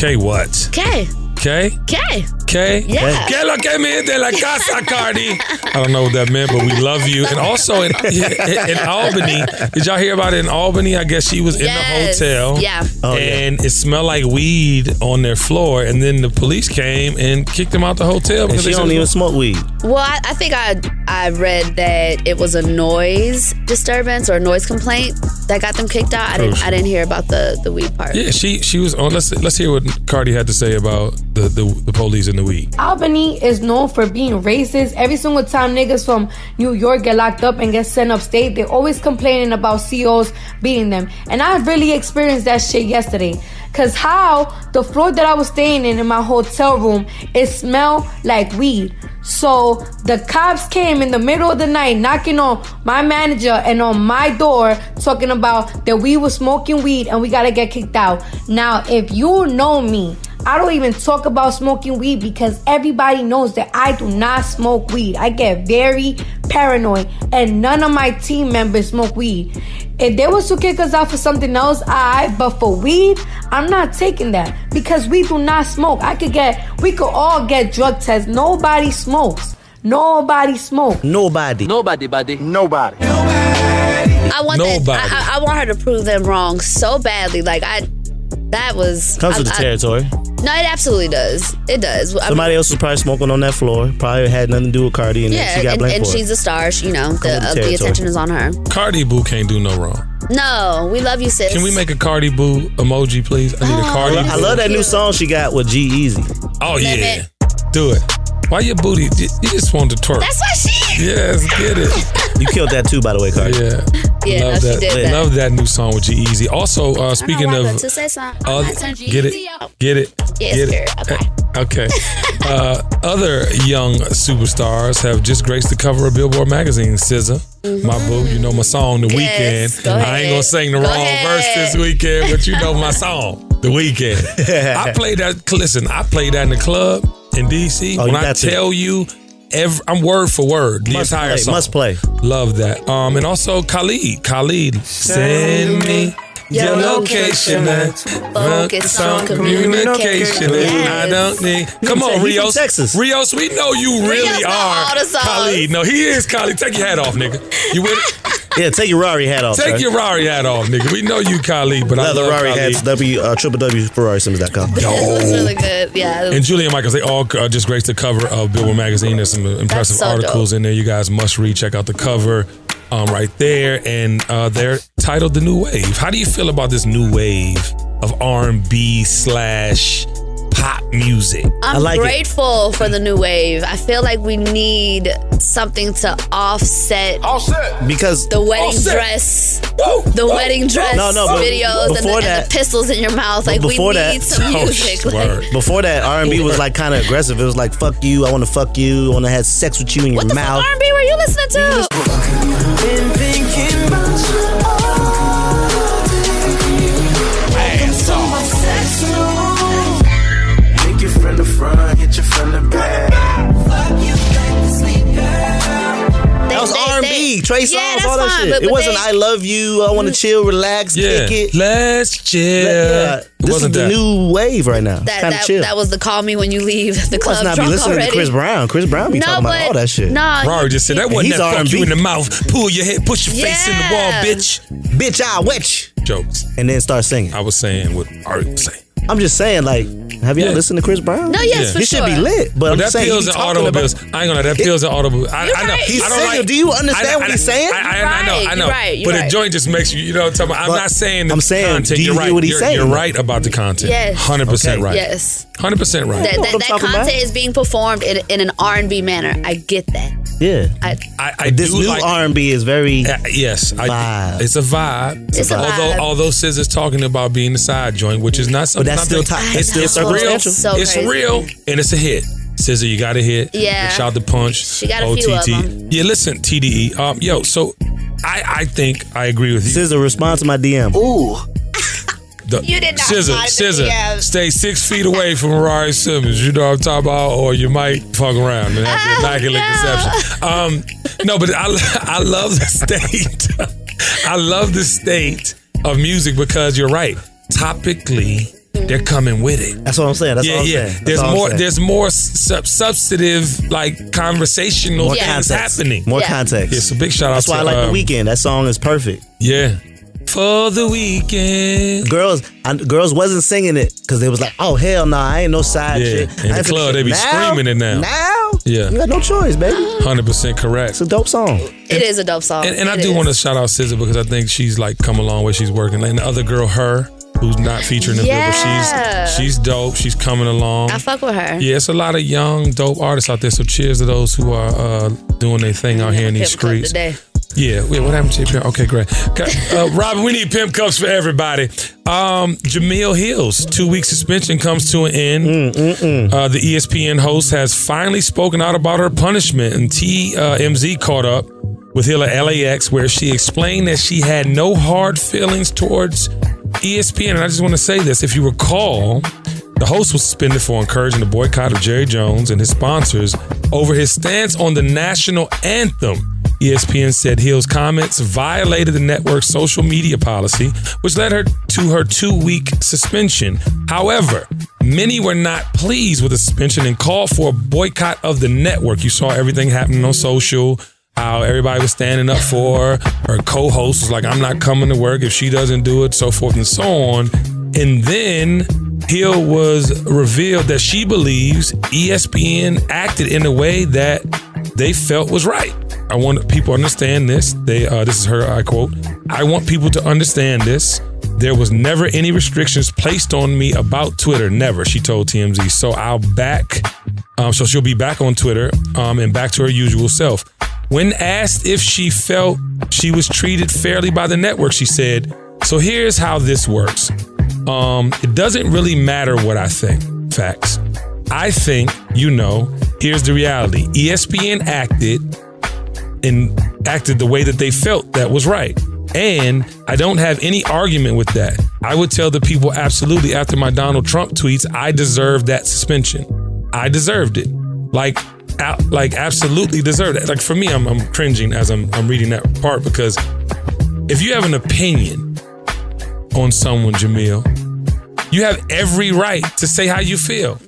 [SPEAKER 6] K what?
[SPEAKER 8] okay,
[SPEAKER 6] K?
[SPEAKER 8] okay,
[SPEAKER 6] K?
[SPEAKER 8] yeah."
[SPEAKER 6] Que lo que me de la casa, Cardi. I don't know what that meant, but we love you. And also in, in Albany, did y'all hear about it in Albany? I guess she was
[SPEAKER 8] Yes.
[SPEAKER 6] in the hotel.
[SPEAKER 8] Yeah.
[SPEAKER 7] Oh, yeah.
[SPEAKER 6] and it smelled like weed on their floor. And then the police came and kicked them out the hotel
[SPEAKER 7] And
[SPEAKER 6] because
[SPEAKER 7] she
[SPEAKER 6] they
[SPEAKER 7] don't
[SPEAKER 6] said-
[SPEAKER 7] even smoke weed.
[SPEAKER 8] Well, I, I think I I read that it was a noise disturbance or a noise complaint that got them kicked out. I didn't I didn't hear about the the weed part.
[SPEAKER 6] Oh, Yeah, she she was on. Let's let's hear what Cardi had to say about the the, the police and the weed.
[SPEAKER 10] Albany is known for being racist. Every single time niggas from New York get locked up and get sent upstate, they always complaining about COs beating them. And I really experienced that shit yesterday. Cause how the floor that I was staying in in my hotel room, it smelled like weed. So the cops came in the middle of the night knocking on my manager and on my door talking about that we were smoking weed and we gotta get kicked out. Now if you know me, I don't even talk about smoking weed because everybody knows that I do not smoke weed. I get very paranoid, and none of my team members smoke weed. If they was to kick us out for something else, I. But for weed, I'm not taking that because we do not smoke. I could get, we could all get drug tests. Nobody smokes. Nobody smokes.
[SPEAKER 7] Nobody.
[SPEAKER 5] Nobody, buddy.
[SPEAKER 9] Nobody.
[SPEAKER 8] I want that,
[SPEAKER 6] Nobody.
[SPEAKER 8] I, I, I want her to prove them wrong so badly. Like I, that was
[SPEAKER 7] Comes
[SPEAKER 8] I,
[SPEAKER 7] with the
[SPEAKER 8] I-
[SPEAKER 7] territory.
[SPEAKER 8] no, it absolutely does. It does. I mean,
[SPEAKER 7] Somebody else was probably smoking on that floor. Probably had nothing to do with Cardi, and then
[SPEAKER 8] yeah,
[SPEAKER 7] she got
[SPEAKER 8] and,
[SPEAKER 7] blamed
[SPEAKER 8] and
[SPEAKER 7] for it.
[SPEAKER 8] she's a star. She, you know, the,
[SPEAKER 7] with the
[SPEAKER 8] uh, the
[SPEAKER 7] territory.
[SPEAKER 8] attention is on her.
[SPEAKER 6] Cardi Boo can't do no wrong.
[SPEAKER 8] No, we love you, sis.
[SPEAKER 6] Can we make a Cardi Boo emoji, please? I need a Cardi.
[SPEAKER 8] Oh, I
[SPEAKER 7] I
[SPEAKER 6] Boo.
[SPEAKER 7] love that new song she got with G Easy.
[SPEAKER 6] Oh yeah,
[SPEAKER 8] Limit.
[SPEAKER 6] do it. Why your booty? You you just want to twerk.
[SPEAKER 8] That's what she.
[SPEAKER 6] yes, get it.
[SPEAKER 7] You killed that too, by the way, Cardi.
[SPEAKER 6] Yeah,
[SPEAKER 8] Yeah, no,
[SPEAKER 6] love
[SPEAKER 8] she
[SPEAKER 6] that.
[SPEAKER 8] did that.
[SPEAKER 6] Love that new song with G Easy. Also, uh, speaking of
[SPEAKER 8] to say something.
[SPEAKER 6] other, get it, get it,
[SPEAKER 8] Yes,
[SPEAKER 6] get it.
[SPEAKER 8] girl. Okay.
[SPEAKER 6] Eh, Okay. uh, other young superstars have just graced the cover of Billboard magazine. SZA, my boo, you know my song, The
[SPEAKER 8] Mm-hmm. Yes,
[SPEAKER 6] Weekend.
[SPEAKER 8] go
[SPEAKER 6] I ain't
[SPEAKER 8] ahead.
[SPEAKER 6] gonna sing the
[SPEAKER 8] Go
[SPEAKER 6] wrong
[SPEAKER 8] ahead.
[SPEAKER 6] verse this weekend, but you know my song, The Weekend. I played that. Listen, I played that in the club in DC.
[SPEAKER 7] Oh,
[SPEAKER 6] when
[SPEAKER 7] you
[SPEAKER 6] I
[SPEAKER 7] got to.
[SPEAKER 6] tell you, every, I'm word for word the
[SPEAKER 7] Must
[SPEAKER 6] entire
[SPEAKER 7] play,
[SPEAKER 6] song.
[SPEAKER 7] must play.
[SPEAKER 6] Love that. Um, and also Khalid. Khalid, send me your location. and Focus on communication. and I don't need. Come
[SPEAKER 7] He's
[SPEAKER 6] on,
[SPEAKER 7] from
[SPEAKER 6] Rios.
[SPEAKER 7] Texas.
[SPEAKER 6] Rios, we know you really
[SPEAKER 8] know
[SPEAKER 6] are
[SPEAKER 8] all the songs.
[SPEAKER 6] Khalid. No, he is Khalid. Take your hat off, nigga. You with it?
[SPEAKER 7] Yeah, take your Rari hat off.
[SPEAKER 6] Take
[SPEAKER 7] sir.
[SPEAKER 6] your Rari hat off, nigga. We know you Khalid, but I
[SPEAKER 7] leather
[SPEAKER 6] love
[SPEAKER 7] Rari
[SPEAKER 6] Khalid.
[SPEAKER 7] hats. W uh, triple W Ferrari Simmons.com.
[SPEAKER 8] It was really good. Yeah.
[SPEAKER 6] Oh. And Julian Michaels, they all uh, just graced the cover of Billboard magazine. There's some impressive
[SPEAKER 8] so
[SPEAKER 6] articles in there. You guys must read. Check out the cover um, right there, and uh, they're titled "The New Wave." How do you feel about this new wave of R&B slash pop music?
[SPEAKER 8] I'm
[SPEAKER 7] I like it.
[SPEAKER 8] grateful for the new wave. I feel like we need something to offset
[SPEAKER 9] All set.
[SPEAKER 7] Because
[SPEAKER 8] the wedding
[SPEAKER 6] Offset.
[SPEAKER 8] dress, the wedding dress
[SPEAKER 7] No, no, but
[SPEAKER 8] videos, and the,
[SPEAKER 7] before
[SPEAKER 8] and the
[SPEAKER 7] that-
[SPEAKER 8] pistols in your mouth. Like we
[SPEAKER 7] before
[SPEAKER 8] need
[SPEAKER 7] that-
[SPEAKER 8] some
[SPEAKER 6] Oh,
[SPEAKER 8] music.
[SPEAKER 6] word.
[SPEAKER 8] like,
[SPEAKER 7] before that, R and B was like kind of aggressive. It was like fuck you, I want to fuck you, I want to have sex with you in your
[SPEAKER 8] what the
[SPEAKER 7] mouth.
[SPEAKER 8] fuck R&B were you listening to?
[SPEAKER 11] Take it from the front, hit you from the back.
[SPEAKER 8] They-
[SPEAKER 7] that was
[SPEAKER 8] they-
[SPEAKER 7] R and B,
[SPEAKER 8] they-
[SPEAKER 7] Trey
[SPEAKER 8] Yeah,
[SPEAKER 7] Songz,
[SPEAKER 8] that's
[SPEAKER 7] all that
[SPEAKER 8] fine,
[SPEAKER 7] shit.
[SPEAKER 8] but-
[SPEAKER 7] it
[SPEAKER 8] but
[SPEAKER 7] wasn't
[SPEAKER 8] they-
[SPEAKER 7] I love you, I want to chill, relax,
[SPEAKER 6] Yeah,
[SPEAKER 7] kick it.
[SPEAKER 6] let's chill.
[SPEAKER 7] Yeah,
[SPEAKER 6] It
[SPEAKER 7] this is the
[SPEAKER 6] wasn't that.
[SPEAKER 7] new wave right now.
[SPEAKER 8] That,
[SPEAKER 7] Kind of
[SPEAKER 8] that,
[SPEAKER 7] chill.
[SPEAKER 8] that was the call me when you leave the
[SPEAKER 7] You must
[SPEAKER 8] club
[SPEAKER 7] not be
[SPEAKER 8] drunk
[SPEAKER 7] listening
[SPEAKER 8] already.
[SPEAKER 7] to Chris Brown. Chris Brown be
[SPEAKER 8] no,
[SPEAKER 7] talking
[SPEAKER 8] but
[SPEAKER 7] about all that shit.
[SPEAKER 8] no,
[SPEAKER 6] Rari just said that wasn't
[SPEAKER 7] He's
[SPEAKER 6] that fuck
[SPEAKER 7] R&B.
[SPEAKER 6] you in the mouth, pull your head, push your face in the wall,
[SPEAKER 8] Yeah.
[SPEAKER 6] bitch.
[SPEAKER 7] Bitch, I wet you.
[SPEAKER 6] Jokes.
[SPEAKER 7] And then start singing.
[SPEAKER 6] I was saying what Rari was saying.
[SPEAKER 7] I'm just saying, like, Have y'all listened to Chris Brown?
[SPEAKER 8] No, yes, for
[SPEAKER 7] he should be
[SPEAKER 8] sure.
[SPEAKER 7] lit. But,
[SPEAKER 6] But
[SPEAKER 7] I'm
[SPEAKER 6] that
[SPEAKER 7] saying
[SPEAKER 6] feels
[SPEAKER 7] he
[SPEAKER 6] an
[SPEAKER 7] talking
[SPEAKER 6] automobiles.
[SPEAKER 7] About,
[SPEAKER 6] I ain't gonna. That feels an automobile. I,
[SPEAKER 7] You're
[SPEAKER 6] I know.
[SPEAKER 7] right. He's
[SPEAKER 6] I don't
[SPEAKER 7] single.
[SPEAKER 6] like-
[SPEAKER 7] Do you understand
[SPEAKER 6] I know-
[SPEAKER 7] what
[SPEAKER 6] I
[SPEAKER 7] he's
[SPEAKER 6] know-
[SPEAKER 7] saying?
[SPEAKER 6] I, I,
[SPEAKER 7] You're
[SPEAKER 6] I know. I
[SPEAKER 7] right.
[SPEAKER 6] know.
[SPEAKER 7] You're right. You're
[SPEAKER 6] but the
[SPEAKER 7] right.
[SPEAKER 6] joint just makes you. You know what I'm talking about? I'm
[SPEAKER 7] But
[SPEAKER 6] not saying the
[SPEAKER 7] I'm saying,
[SPEAKER 6] content.
[SPEAKER 7] do you
[SPEAKER 6] you're
[SPEAKER 7] hear
[SPEAKER 6] right.
[SPEAKER 7] what he's
[SPEAKER 6] you're,
[SPEAKER 7] saying?
[SPEAKER 6] you're right about the content.
[SPEAKER 8] Yes.
[SPEAKER 6] Hundred percent
[SPEAKER 8] Okay.
[SPEAKER 6] right.
[SPEAKER 8] Yes.
[SPEAKER 6] Hundred percent right.
[SPEAKER 8] That, that, that content is being performed in, in an R&B manner. I get that.
[SPEAKER 7] yeah.
[SPEAKER 8] I,
[SPEAKER 6] I, I
[SPEAKER 7] this
[SPEAKER 6] do
[SPEAKER 7] new
[SPEAKER 6] like- uh,
[SPEAKER 7] R&B is very.
[SPEAKER 6] yes, I, it's a vibe.
[SPEAKER 8] It's a vibe.
[SPEAKER 6] Although, although Sis is talking about being the side joint, which is not something.
[SPEAKER 7] that's
[SPEAKER 6] I'm
[SPEAKER 7] still
[SPEAKER 6] thinking-
[SPEAKER 7] ti- I it's still know.
[SPEAKER 6] real.
[SPEAKER 7] circumstantial. So
[SPEAKER 6] it's
[SPEAKER 7] crazy.
[SPEAKER 6] real, and it's a hit. Scissor, you got a hit.
[SPEAKER 8] Yeah.
[SPEAKER 6] Shout the punch. She
[SPEAKER 8] got a few of them.
[SPEAKER 6] Yeah, listen, TDE. Um, yo, so I, I think I agree with you.
[SPEAKER 7] Scissor, respond to my DM. Ooh.
[SPEAKER 6] The,
[SPEAKER 8] You did not
[SPEAKER 6] Scissor,
[SPEAKER 8] apply to
[SPEAKER 6] scissor.
[SPEAKER 8] DMs.
[SPEAKER 6] Stay six feet away from Rari Simmons. You know what I'm talking about, or you might fuck around and have an immaculate conception. Um, no, but I, I love the state. I love the state of music because you're right. Topically, they're coming with it.
[SPEAKER 7] That's what I'm saying. That's
[SPEAKER 6] yeah,
[SPEAKER 7] all I'm
[SPEAKER 6] yeah.
[SPEAKER 7] saying. That's
[SPEAKER 6] There's
[SPEAKER 7] all I'm
[SPEAKER 6] more.
[SPEAKER 7] saying.
[SPEAKER 6] There's more sub- substantive, like conversational
[SPEAKER 7] More
[SPEAKER 6] things
[SPEAKER 7] context.
[SPEAKER 6] happening.
[SPEAKER 7] More context.
[SPEAKER 6] Yeah, so big shout out.
[SPEAKER 7] That's why
[SPEAKER 6] to,
[SPEAKER 7] I like
[SPEAKER 6] um,
[SPEAKER 7] The Weekend. That song is perfect.
[SPEAKER 6] Yeah. For the weekend.
[SPEAKER 7] Girls, I, girls wasn't singing it because they was like, "Oh hell no, I ain't no side
[SPEAKER 6] Yeah,
[SPEAKER 7] shit."
[SPEAKER 6] in
[SPEAKER 7] I
[SPEAKER 6] the
[SPEAKER 7] ain't finna
[SPEAKER 6] club, they be screaming it now.
[SPEAKER 7] Now,
[SPEAKER 6] Yeah.
[SPEAKER 7] you got no choice, baby.
[SPEAKER 6] Hundred percent correct. It's
[SPEAKER 7] a dope song.
[SPEAKER 8] it is a dope song.
[SPEAKER 6] And, and I
[SPEAKER 8] It
[SPEAKER 6] do
[SPEAKER 8] is.
[SPEAKER 6] want to shout out Scissor because I think she's like come a long way. She's working. And the other girl, her, who's not featured in the
[SPEAKER 8] Yeah.
[SPEAKER 6] video, but she's she's dope. She's coming along.
[SPEAKER 8] I fuck with her.
[SPEAKER 6] Yeah, it's a lot of young, dope artists out there. So cheers to those who are uh, doing their thing out here in these
[SPEAKER 8] Pimp Club
[SPEAKER 6] streets.
[SPEAKER 8] Today.
[SPEAKER 6] Yeah, wait, what happened to your pimp? Okay, great. Okay, Uh, Robin, we need pimp cups for everybody. Um, Jameel Hills, two week suspension comes to an end. Uh, the ESPN host has finally spoken out about her punishment, and TMZ caught up with Hill at LAX, where she explained that she had no hard feelings towards E ESPN. And I just want to say this if you recall, the host was suspended for encouraging the boycott of Jerry Jones and his sponsors over his stance on the national anthem. ESPN said Hill's comments violated the network's social media policy, which led her to her two week suspension. However, many were not pleased with the suspension and called for a boycott of the network. You saw everything happening on social. How everybody was standing up for her. Her co host was like, I'm not coming to work if she doesn't do it, so forth and so on. And then Hill was revealed that she believes E ESPN acted in a way that they felt was right. I want people to understand this. They uh, this is her I quote. I want people to understand this. There was never any restrictions placed on me about Twitter. Never, she told TMZ. So I'll back um, so she'll be back on Twitter um, and back to her usual self. When asked if she felt she was treated fairly by the network, she said, So here's how this works. Um, it doesn't really matter what I think. Facts. I think, you know, here's the reality E ESPN acted and acted the way that they felt that was right. And I don't have any argument with that. I would tell the people absolutely after my Donald Trump tweets, I deserve that suspension. I deserved it. Like, out, like absolutely deserved it. Like for me, I'm, I'm cringing as I'm, I'm reading that part because if you have an opinion on someone, Jamil, you have every right to say how you feel.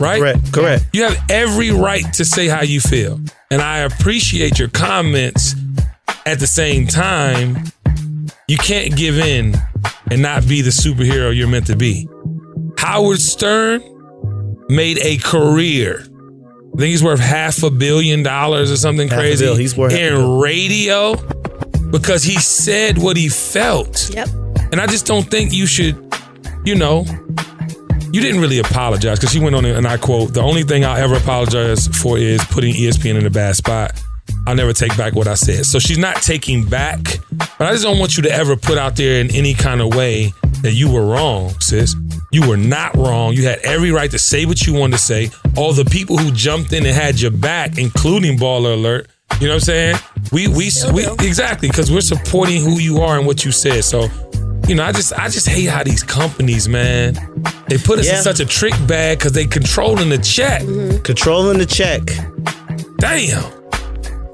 [SPEAKER 6] Right?
[SPEAKER 7] Correct. Correct.
[SPEAKER 6] You have every right to say how you feel. And I appreciate your comments. At the same time, you can't give in and not be the superhero you're meant to be. Howard Stern made a career. I think he's worth half a billion dollars or something
[SPEAKER 7] Half a
[SPEAKER 6] crazy
[SPEAKER 7] bill. He's worth half a
[SPEAKER 6] in
[SPEAKER 7] bill.
[SPEAKER 6] radio because he said what he felt.
[SPEAKER 8] Yep.
[SPEAKER 6] And I just don't think you should, you know, you didn't really apologize because she went on and I quote, the only thing I'll ever apologize for is putting E ESPN in a bad spot. I'll never take back what I said. So she's not taking back, but I just don't want you to ever put out there in any kind of way that you were wrong, sis. You were not wrong. You had every right to say what you wanted to say. All the people who jumped in and had your back, including Baller Alert, you know what I'm saying? We we we exactly because we're supporting who you are and what you said. So you know, I just I just hate how these companies, man, they put us in
[SPEAKER 7] Yeah.
[SPEAKER 6] such a trick bag because they controlling the check.
[SPEAKER 7] Controlling the check.
[SPEAKER 6] Damn,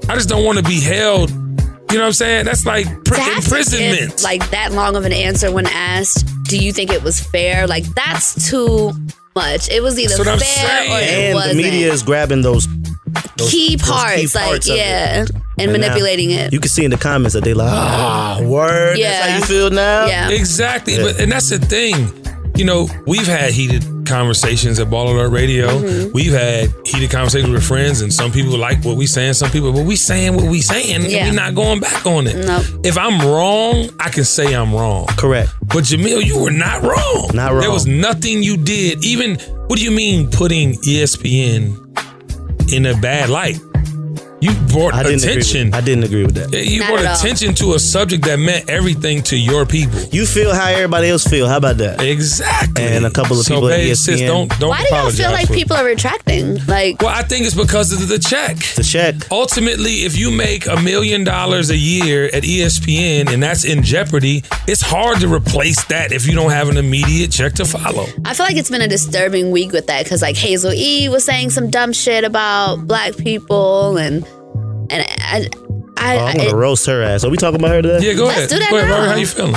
[SPEAKER 6] I just don't want to be held. You know what I'm saying? That's like
[SPEAKER 8] To
[SPEAKER 6] pr-
[SPEAKER 8] have to
[SPEAKER 6] imprisonment.
[SPEAKER 8] give, like that long of an answer when asked, do you think it was fair? Like that's too much. It was either
[SPEAKER 6] That's what
[SPEAKER 8] fair
[SPEAKER 6] I'm
[SPEAKER 8] or it
[SPEAKER 6] saying.
[SPEAKER 7] And the
[SPEAKER 8] wasn't.
[SPEAKER 7] media is grabbing those, those
[SPEAKER 8] key,
[SPEAKER 7] those
[SPEAKER 8] parts,
[SPEAKER 7] parts of
[SPEAKER 8] like
[SPEAKER 7] it.
[SPEAKER 8] yeah, and,
[SPEAKER 7] now
[SPEAKER 8] manipulating it.
[SPEAKER 7] You can see in the comments that they like, ah, word.
[SPEAKER 8] Yeah.
[SPEAKER 7] That's how you feel now.
[SPEAKER 8] Yeah.
[SPEAKER 6] Exactly, but and that's the thing. you know, we've had heated conversations at Ball Alert Radio.
[SPEAKER 12] Mhm.
[SPEAKER 6] We've had heated conversations with friends, and some people like what we saying. Some people, well, we saying what we saying,
[SPEAKER 12] Yeah.
[SPEAKER 6] and we not going back on it.
[SPEAKER 12] Nope.
[SPEAKER 6] If I'm wrong, I can say I'm wrong. Correct. But Jamil, you were not wrong. Not wrong. There was nothing you did. Even what do you mean putting E ESPN in a bad light? You brought
[SPEAKER 7] I didn't agree with-
[SPEAKER 6] attention. I
[SPEAKER 7] didn't agree with that.
[SPEAKER 6] You
[SPEAKER 7] Not at
[SPEAKER 6] brought
[SPEAKER 7] all.
[SPEAKER 6] attention to a subject that meant everything to your people.
[SPEAKER 7] You feel how everybody else feel. How about that?
[SPEAKER 6] Exactly.
[SPEAKER 7] And a couple of
[SPEAKER 6] So,
[SPEAKER 7] people
[SPEAKER 6] babe,
[SPEAKER 7] at E ESPN.
[SPEAKER 6] sis, don't-
[SPEAKER 8] Why do y'all feel like people are retracting? Like,
[SPEAKER 6] Well, I think it's because of the check. The
[SPEAKER 7] check.
[SPEAKER 6] Ultimately, if you make a million dollars a year at E ESPN and that's in jeopardy, it's hard to replace that if you don't have an immediate check to follow.
[SPEAKER 8] I feel like it's been a disturbing week with that because like Hazel E was saying some dumb shit about black people and and I I,
[SPEAKER 7] Oh, I'm
[SPEAKER 8] I-
[SPEAKER 7] gonna roast her ass. Are we talking about her today?
[SPEAKER 8] Yeah, go Let's ahead. do that Go ahead, now. Robert. How you
[SPEAKER 6] feeling?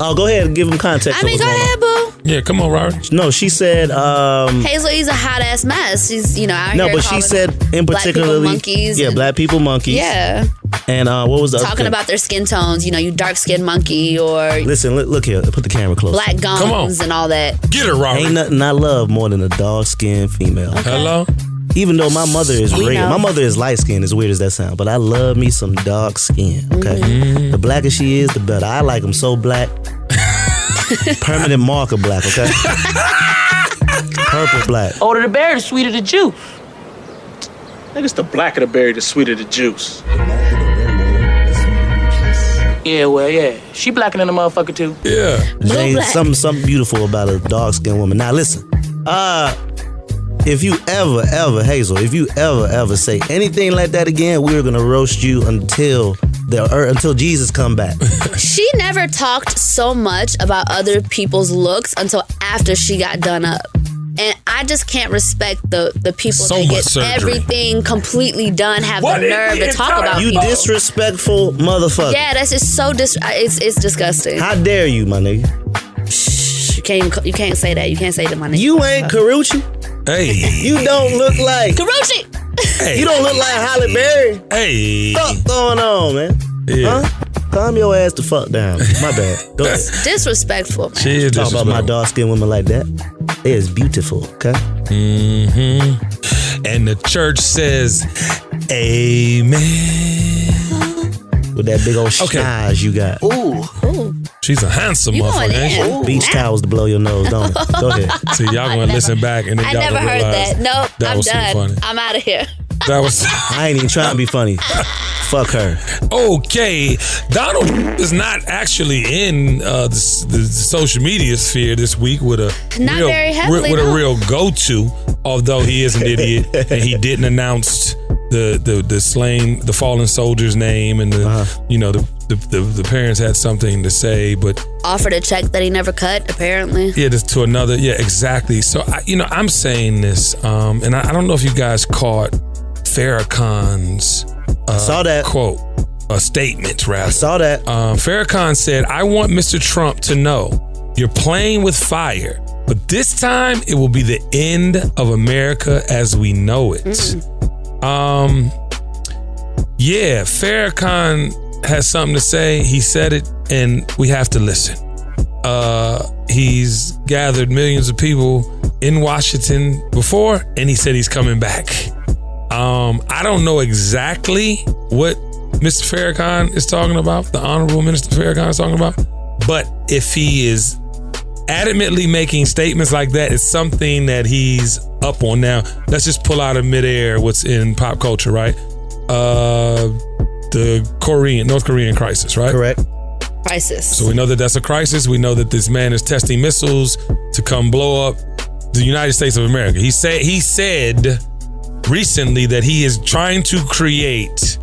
[SPEAKER 7] Oh, go ahead and give him context.
[SPEAKER 8] I mean, go ahead, boo.
[SPEAKER 6] Yeah, come on, Robert.
[SPEAKER 7] No, she said. Um,
[SPEAKER 8] Hazel E's a hot ass mess. She's you know out
[SPEAKER 7] no,
[SPEAKER 8] here
[SPEAKER 7] but she
[SPEAKER 8] calling
[SPEAKER 7] said in
[SPEAKER 8] black people
[SPEAKER 7] particularly.
[SPEAKER 8] monkeys.
[SPEAKER 7] Yeah,
[SPEAKER 8] and-
[SPEAKER 7] black people monkeys.
[SPEAKER 8] Yeah.
[SPEAKER 7] And uh, what was the other
[SPEAKER 8] talking
[SPEAKER 7] thing?
[SPEAKER 8] about their skin tones. You know, you dark skinned monkey or
[SPEAKER 7] Listen, look, look here. Put the camera close.
[SPEAKER 8] black gums and all that.
[SPEAKER 6] Get her, Robert.
[SPEAKER 7] Ain't nothing I love more than a dog skinned female.
[SPEAKER 6] Hello?
[SPEAKER 7] Even though my mother is
[SPEAKER 8] We
[SPEAKER 7] red,
[SPEAKER 8] know.
[SPEAKER 7] my mother is light skinned, as weird as that sounds, but I love me some dark skin, okay?
[SPEAKER 8] Mm-hmm.
[SPEAKER 7] The blacker she is, the better. I like them so black. Permanent marker black, okay? Purple black.
[SPEAKER 5] Older Oh, the berry, the sweeter the juice.
[SPEAKER 13] Niggas, the blacker the berry, the sweeter the juice.
[SPEAKER 5] Yeah, well, yeah. She blacking in the motherfucker too.
[SPEAKER 6] Yeah.
[SPEAKER 7] There ain't something something beautiful about a dark skinned woman. Now listen, uh, if you ever, ever, Hazel, if you ever, ever say anything like that again, we're gonna roast you until the er, until Jesus come back.
[SPEAKER 8] She never talked so much about other people's looks until after she got done up. And I just can't respect the, the people
[SPEAKER 7] So
[SPEAKER 8] that get
[SPEAKER 7] much surgery.
[SPEAKER 8] completely completely done have
[SPEAKER 7] What
[SPEAKER 8] the
[SPEAKER 7] is
[SPEAKER 8] nerve to
[SPEAKER 7] the
[SPEAKER 8] talk
[SPEAKER 7] entire-
[SPEAKER 8] about
[SPEAKER 7] You
[SPEAKER 8] people.
[SPEAKER 7] disrespectful motherfucker.
[SPEAKER 8] Yeah, that's just so dis- I- it's it's disgusting.
[SPEAKER 7] How dare you, my nigga?
[SPEAKER 8] you can't even ca- you can't say that. You can't say that my name.
[SPEAKER 7] You ain't Carucci.
[SPEAKER 6] Hey.
[SPEAKER 7] You don't look like
[SPEAKER 8] Carucci.
[SPEAKER 7] You don't look like Holly Berry.
[SPEAKER 6] Hey.
[SPEAKER 7] Fuck going on, man?
[SPEAKER 6] Yeah.
[SPEAKER 7] Huh? Calm your ass the fuck down. My bad. Go ahead.
[SPEAKER 8] Disrespectful. man.
[SPEAKER 7] She Talk about my dark skinned women like that. It is beautiful, okay?
[SPEAKER 6] Mm-hmm. And the church says, Amen.
[SPEAKER 7] With that big old schnoz you got.
[SPEAKER 8] Ooh. Ooh.
[SPEAKER 6] She's a handsome
[SPEAKER 8] You going
[SPEAKER 6] motherfucker,
[SPEAKER 8] in.
[SPEAKER 6] ain't
[SPEAKER 8] Ooh.
[SPEAKER 6] she?
[SPEAKER 8] Beach
[SPEAKER 7] towels to blow your nose, don't it? Go ahead.
[SPEAKER 6] See, y'all gonna listen back and then
[SPEAKER 8] I
[SPEAKER 6] y'all
[SPEAKER 8] never
[SPEAKER 6] gonna
[SPEAKER 8] heard
[SPEAKER 6] realize
[SPEAKER 8] that. Nope.
[SPEAKER 6] that
[SPEAKER 8] I'm
[SPEAKER 6] was too
[SPEAKER 8] done.
[SPEAKER 6] funny.
[SPEAKER 8] I'm out of here.
[SPEAKER 6] That was.
[SPEAKER 7] I ain't even trying to be funny. Fuck her.
[SPEAKER 6] Okay, Donald is not actually in uh, the, the social media sphere this week with a
[SPEAKER 8] Not
[SPEAKER 6] real,
[SPEAKER 8] very heavily,
[SPEAKER 6] with
[SPEAKER 8] no.
[SPEAKER 6] a real go-to. Although he is an idiot and he didn't announce the the the slain the fallen soldier's name and the
[SPEAKER 8] Uh-huh.
[SPEAKER 6] you know the, the the the parents had something to say, but
[SPEAKER 8] Offered a check that he never cut, apparently.
[SPEAKER 6] yeah, just to another. Yeah, exactly. So, I, you know, I'm saying this, um, and I, I don't know if you guys caught Farrakhan's uh, saw that quote, a statement rather. I
[SPEAKER 7] saw that.
[SPEAKER 6] Um, Farrakhan said, "I want Mr. Trump to know you're playing with fire, but this time it will be the end of America as we know it." Um, yeah, Farrakhan has something to say. He said it, and we have to listen. Uh, he's gathered millions of people in Washington before, and he said he's coming back. Um, I don't know exactly what Mr. Farrakhan is talking about, the Honorable Minister Farrakhan is talking about, but if he is adamantly making statements like that, it's something that he's up on. Now, let's just pull out of midair what's in pop culture, right? Uh, the Korean, North Korean crisis, right?
[SPEAKER 7] Correct.
[SPEAKER 8] Crisis.
[SPEAKER 6] So we know that that's a crisis. We know that this man is testing missiles to come blow up the United States of America. He said he said recently that he is trying to create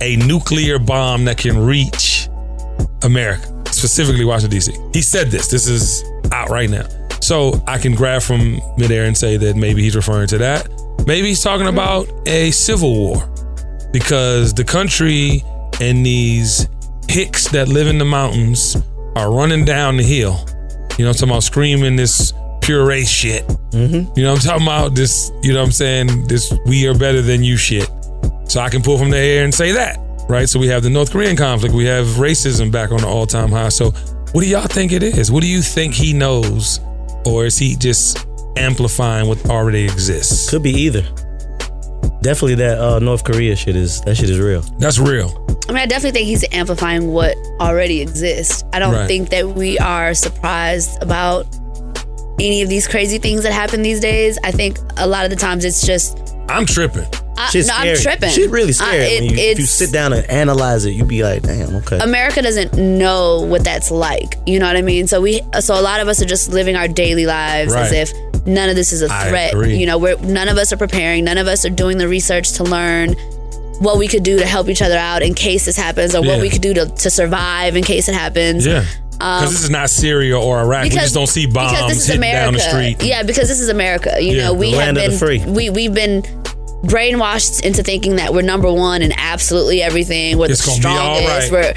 [SPEAKER 6] a nuclear bomb that can reach America, specifically Washington D.C. He said this. This is out right now. So I can grab from midair and say that maybe he's referring to that. Maybe he's talking about a civil war because the country and these hicks that live in the mountains are running down the hill. You know, what I'm talking about screaming this puree shit. You know, what I'm talking about this. You know, what I'm saying this. We are better than you shit. So I can pull from the air and say that, right? So we have the North Korean conflict. We have racism back on the all time high. So what do y'all think it is? What do you think he knows or is he just amplifying what already exists?
[SPEAKER 7] Could be either. Definitely that uh, North Korea shit is that shit is real.
[SPEAKER 6] That's real.
[SPEAKER 8] I mean, I definitely think he's amplifying what already exists. I don't
[SPEAKER 7] Right.
[SPEAKER 8] think that we are surprised about any of these crazy things that happen these days. I think a lot of the times it's just
[SPEAKER 6] I'm tripping.
[SPEAKER 8] I- no, I'm tripping.
[SPEAKER 7] Shit really
[SPEAKER 8] I-
[SPEAKER 7] scary.
[SPEAKER 8] it-
[SPEAKER 7] when you, if you
[SPEAKER 8] it's-
[SPEAKER 7] sit down and analyze it, you be like, damn, okay.
[SPEAKER 8] America doesn't know what that's like. You know what I mean? So we, so a lot of us are just living our daily lives as
[SPEAKER 7] Right.
[SPEAKER 8] if none of this is a
[SPEAKER 7] I
[SPEAKER 8] threat.
[SPEAKER 7] agree.
[SPEAKER 8] You know, we're none of us are preparing. None of us are doing the research to learn what we could do to help each other out in case this happens, or what
[SPEAKER 6] Yeah.
[SPEAKER 8] we could do to, to survive in case it happens.
[SPEAKER 6] Yeah.
[SPEAKER 8] Um,
[SPEAKER 6] Because this is not Syria or Iraq. we just don't see
[SPEAKER 8] because this
[SPEAKER 6] bombs
[SPEAKER 8] is
[SPEAKER 6] hitting down the
[SPEAKER 8] America.
[SPEAKER 6] street.
[SPEAKER 8] Yeah, because this is America. You
[SPEAKER 6] Yeah,
[SPEAKER 8] know, we
[SPEAKER 6] the
[SPEAKER 8] have
[SPEAKER 6] land of the
[SPEAKER 8] been
[SPEAKER 6] free.
[SPEAKER 8] we we've been brainwashed into thinking that we're number one in absolutely everything. We're
[SPEAKER 6] It's gonna
[SPEAKER 8] the
[SPEAKER 6] be all
[SPEAKER 8] strongest.
[SPEAKER 6] right.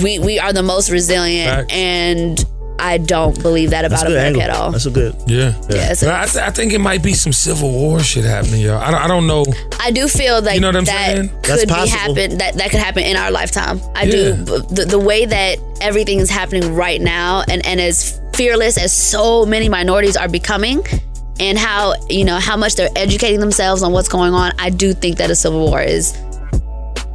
[SPEAKER 8] We're we we are the most resilient,
[SPEAKER 6] Facts.
[SPEAKER 8] and I don't believe that about America at all.
[SPEAKER 7] a good.
[SPEAKER 6] Yeah.
[SPEAKER 8] Yeah, it's a-
[SPEAKER 6] But I, th- I think it might be some civil war shit happening, y'all. I don't, I don't know.
[SPEAKER 8] I do feel like
[SPEAKER 6] You know what I'm
[SPEAKER 8] that
[SPEAKER 6] saying? That's
[SPEAKER 8] could be
[SPEAKER 6] possible.
[SPEAKER 8] happen that that could happen in our lifetime. I
[SPEAKER 6] Yeah.
[SPEAKER 8] do. B- The, the way that everything is happening right now, and and as fearless as so many minorities are becoming, and how you know how much they're educating themselves on what's going on, I do think that a civil war is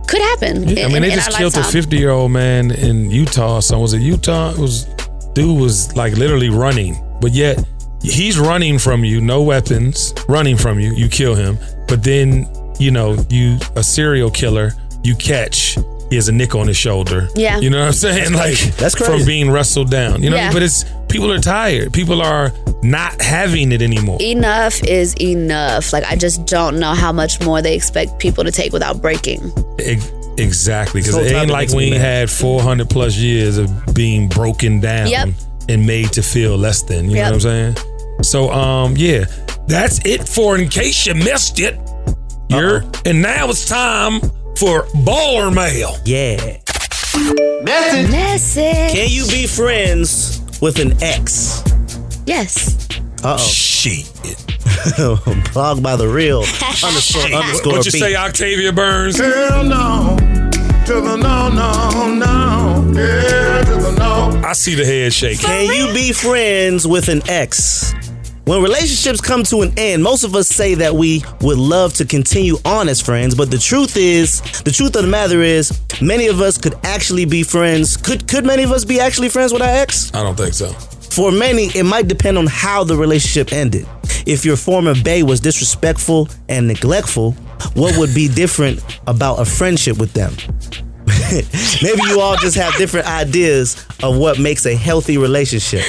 [SPEAKER 8] could happen.
[SPEAKER 6] Yeah, I mean, they just killed a 50 year old man in Utah. So was it Utah? It was dude was like literally running, but yet he's running from you, no weapons, running from you. You kill him, but then you know you a serial killer you catch. He has a nick on his shoulder.
[SPEAKER 1] Yeah.
[SPEAKER 6] you know what I'm saying? Like
[SPEAKER 1] That's crazy.
[SPEAKER 6] from being wrestled down. You know, what I mean?
[SPEAKER 8] Yeah.
[SPEAKER 6] but it's people are tired. People are not having it anymore.
[SPEAKER 8] Enough is enough. Like I just don't know how much more they expect people to take without breaking.
[SPEAKER 6] E- Exactly, because
[SPEAKER 8] This whole
[SPEAKER 6] it ain't
[SPEAKER 8] topic
[SPEAKER 6] like
[SPEAKER 8] makes
[SPEAKER 6] we
[SPEAKER 8] me
[SPEAKER 6] ain't
[SPEAKER 8] mad.
[SPEAKER 6] had 400 plus years of being broken down
[SPEAKER 8] Yep.
[SPEAKER 6] and made to feel less than. You
[SPEAKER 1] Yep.
[SPEAKER 6] know what I'm saying? So, um, yeah, that's it for in case you missed it. You're and now it's time for baller mail.
[SPEAKER 7] Yeah.
[SPEAKER 8] Message. Message.
[SPEAKER 7] Can you be friends with an ex?
[SPEAKER 8] Yes.
[SPEAKER 7] Uh oh.
[SPEAKER 6] Shit.
[SPEAKER 7] Blog by the real underscore underscore.
[SPEAKER 6] What you
[SPEAKER 7] B.
[SPEAKER 6] say, Octavia Burns?
[SPEAKER 11] Hell no. To the no, no, no. Yeah, to the no.
[SPEAKER 6] I see the head shaking.
[SPEAKER 7] Can you be friends with an ex? When relationships come to an end, most of us say that we would love to continue on as friends, but the truth is, the truth of the matter is, many of us could actually be friends. Could could many of us be actually friends with our ex?
[SPEAKER 6] I don't think so.
[SPEAKER 7] For many, it might depend on how the relationship ended. If your former bae was disrespectful and neglectful, what would be different about a friendship with them? Maybe you all just have different ideas of what makes a healthy relationship.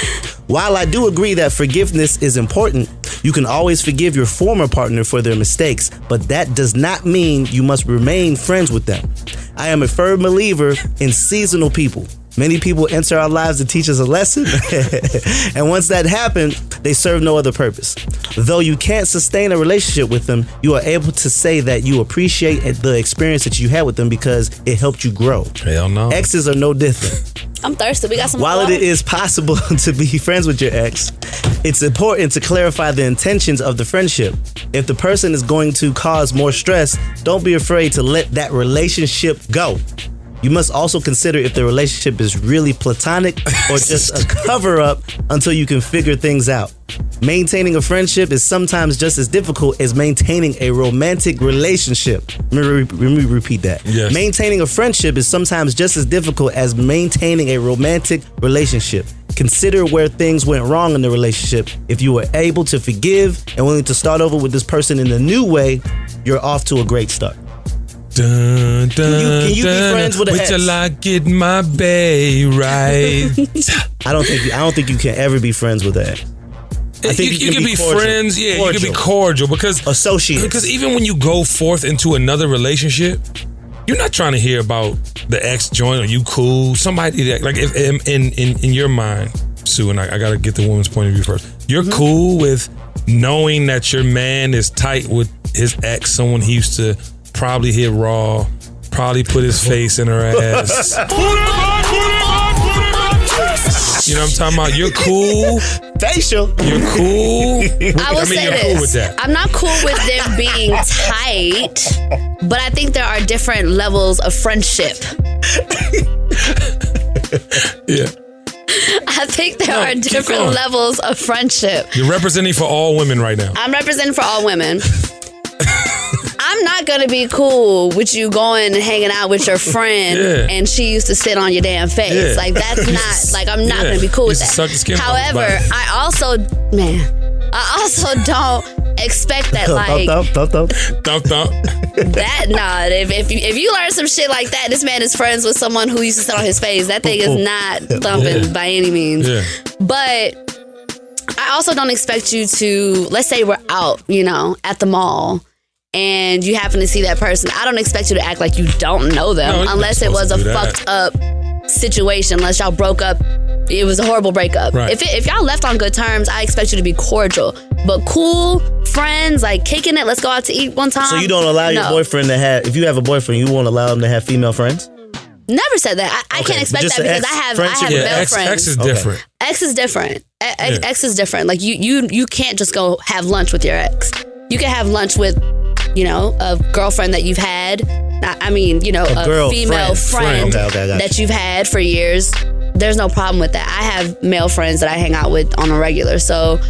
[SPEAKER 7] While I do agree that forgiveness is important, you can always forgive your former partner for their mistakes, but that does not mean you must remain friends with them. I am a firm believer in seasonal people. Many people enter our lives to teach us a lesson, and once that happened, they serve no other purpose. Though you can't sustain a relationship with them, you are able to say that you appreciate the experience that you had with them because it helped you grow.
[SPEAKER 6] Hell no.
[SPEAKER 7] Exes are no different.
[SPEAKER 8] I'm thirsty. We got some.
[SPEAKER 7] While
[SPEAKER 8] water?
[SPEAKER 7] it is possible to be friends with your ex, it's important to clarify the intentions of the friendship. If the person is going to cause more stress, don't be afraid to let that relationship go. You must also consider if the relationship is really platonic or just a cover up until you can figure things out. Maintaining a friendship is sometimes just as difficult as maintaining a romantic relationship. Let me, re- let me repeat that.
[SPEAKER 6] Yes.
[SPEAKER 7] Maintaining a friendship is sometimes just as difficult as maintaining a romantic relationship. Consider where things went wrong in the relationship. If you were able to forgive and willing to start over with this person in a new way, you're off to a great start.
[SPEAKER 6] Dun, dun,
[SPEAKER 7] can you be
[SPEAKER 6] dun,
[SPEAKER 7] friends with an
[SPEAKER 6] wait
[SPEAKER 7] ex?
[SPEAKER 6] till I get my bay right.
[SPEAKER 7] I don't think you, I don't think you can ever be friends with that. I think
[SPEAKER 6] you, you can, be,
[SPEAKER 7] cordial.
[SPEAKER 6] friends. Yeah, you can be
[SPEAKER 7] Cordial.
[SPEAKER 6] cordial because
[SPEAKER 7] associates.
[SPEAKER 6] Because even when you go forth into another relationship, you're not trying to hear about the ex joint or you cool somebody that like if, in, in in in your mind, Sue and I, I gotta get the woman's point of view first. You're cool with knowing that your man is tight with his ex, someone he used to probably hit raw, probably put his face in her ass. You know what I'm talking about? You're cool.
[SPEAKER 7] Facial.
[SPEAKER 6] You're cool.
[SPEAKER 8] I will
[SPEAKER 6] mean,
[SPEAKER 8] say
[SPEAKER 6] you're
[SPEAKER 8] this.
[SPEAKER 6] cool with that.
[SPEAKER 8] I'm not cool with them being tight, but I think there are different levels of friendship.
[SPEAKER 6] Yeah.
[SPEAKER 8] I think there are different
[SPEAKER 6] going.
[SPEAKER 8] levels of friendship.
[SPEAKER 6] You're representing for all women right now.
[SPEAKER 8] I'm representing for all women. I'm not gonna be cool with you going and hanging out with your friend
[SPEAKER 6] Yeah.
[SPEAKER 8] and she used to sit on your damn face.
[SPEAKER 6] Yeah.
[SPEAKER 8] Like that's not like I'm not
[SPEAKER 6] Yeah.
[SPEAKER 8] gonna be cool with
[SPEAKER 6] Used to
[SPEAKER 8] that.
[SPEAKER 6] suck the skin off
[SPEAKER 8] However,
[SPEAKER 6] everybody.
[SPEAKER 8] I also man, I also don't expect that like
[SPEAKER 7] thump, thump,
[SPEAKER 6] thump, thump.
[SPEAKER 8] that nah. If if you, if you learn some shit like that, this man is friends with someone who used to sit on his face. That thing is not thumping
[SPEAKER 6] Yeah.
[SPEAKER 8] by any means.
[SPEAKER 6] Yeah.
[SPEAKER 8] But I also don't expect you to, let's say we're out, you know, at the mall and you happen to see that person. I don't expect you to act like you don't know
[SPEAKER 12] No,
[SPEAKER 8] them
[SPEAKER 12] you're not
[SPEAKER 8] unless it was
[SPEAKER 12] supposed to
[SPEAKER 8] a
[SPEAKER 12] do that.
[SPEAKER 8] fucked up situation, unless y'all broke up. It was a horrible breakup.
[SPEAKER 12] Right.
[SPEAKER 8] If, it, if y'all left on good terms, I expect you to be cordial, but cool, friends, like kicking it. Let's go out to eat one time.
[SPEAKER 7] So you don't allow your
[SPEAKER 8] No.
[SPEAKER 7] boyfriend to have. If you have a boyfriend, you won't allow him to have female friends.
[SPEAKER 8] Never said that. I, I can't expect that
[SPEAKER 7] just
[SPEAKER 8] because
[SPEAKER 7] an ex
[SPEAKER 8] I have I
[SPEAKER 7] friendship?
[SPEAKER 8] have
[SPEAKER 7] Yeah,
[SPEAKER 8] male
[SPEAKER 7] ex-
[SPEAKER 8] friends.
[SPEAKER 7] ex is Okay. different.
[SPEAKER 8] Ex is different. E- ex,
[SPEAKER 7] Yeah.
[SPEAKER 8] ex is different. Like you you you can't just go have lunch with your ex. You can have lunch with you know a girlfriend that you've had. I I mean you know
[SPEAKER 7] A
[SPEAKER 8] a,
[SPEAKER 7] girl
[SPEAKER 8] female
[SPEAKER 7] friend.
[SPEAKER 8] friend,
[SPEAKER 7] Friend. Okay, okay, I got
[SPEAKER 8] that
[SPEAKER 7] you.
[SPEAKER 8] you've had for years. There's no problem with that. I have male friends that I hang out with on a regular. So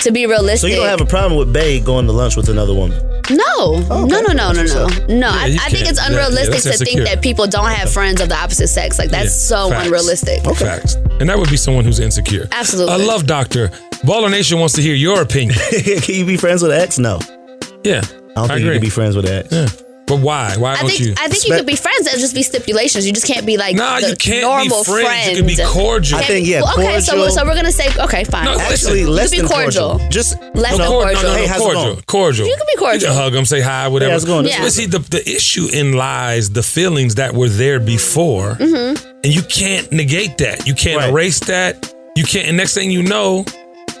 [SPEAKER 8] to be realistic,
[SPEAKER 7] So you don't have a problem with Bay going to lunch with another woman.
[SPEAKER 8] no, no, no, no, no,
[SPEAKER 7] That's
[SPEAKER 8] no,
[SPEAKER 7] what's
[SPEAKER 8] no.
[SPEAKER 7] up.
[SPEAKER 8] I,
[SPEAKER 7] Yeah, you
[SPEAKER 8] I think
[SPEAKER 7] can't-
[SPEAKER 8] it's
[SPEAKER 7] yeah, yeah,
[SPEAKER 8] unrealistic
[SPEAKER 7] that's
[SPEAKER 8] to think
[SPEAKER 6] insecure.
[SPEAKER 8] that people don't have friends of the opposite sex. Like that's so
[SPEAKER 6] Facts.
[SPEAKER 8] unrealistic.
[SPEAKER 6] Facts. And that would be someone who's insecure.
[SPEAKER 8] Absolutely.
[SPEAKER 6] I love Doctor. Baller Nation wants to hear your opinion.
[SPEAKER 7] can you be friends with an ex? No.
[SPEAKER 6] Yeah.
[SPEAKER 7] I don't think you
[SPEAKER 6] agree.
[SPEAKER 7] can be friends with an ex.
[SPEAKER 6] Yeah. But why? Why
[SPEAKER 8] I
[SPEAKER 6] don't
[SPEAKER 8] think
[SPEAKER 6] you?
[SPEAKER 8] I think you could be friends. That'd just be stipulations. You just can't be like
[SPEAKER 6] Nah,
[SPEAKER 8] the
[SPEAKER 6] you can't be
[SPEAKER 8] normal
[SPEAKER 6] friends.
[SPEAKER 8] friend.
[SPEAKER 6] You can be cordial.
[SPEAKER 7] I think, yeah,
[SPEAKER 8] Well, okay, so we're,
[SPEAKER 7] cordial-
[SPEAKER 8] so we're gonna say okay, fine.
[SPEAKER 6] No,
[SPEAKER 7] Actually,
[SPEAKER 6] listen.
[SPEAKER 7] less
[SPEAKER 8] you
[SPEAKER 7] than
[SPEAKER 8] can be cordial.
[SPEAKER 7] Just
[SPEAKER 8] Less than
[SPEAKER 7] no, no,
[SPEAKER 8] cordial.
[SPEAKER 7] No, no,
[SPEAKER 6] Hey,
[SPEAKER 7] no,
[SPEAKER 6] how's it
[SPEAKER 7] cordial.
[SPEAKER 6] going? cordial.
[SPEAKER 8] You can be
[SPEAKER 6] You
[SPEAKER 8] cordial.
[SPEAKER 6] can hug them, say hi, whatever.
[SPEAKER 7] Hey, how's it going?
[SPEAKER 8] Yeah.
[SPEAKER 6] But see, the, the issue in lies the feelings that were there before,
[SPEAKER 8] Mhm.
[SPEAKER 6] and you can't negate that. You can't erase that. You can't. And next thing you know,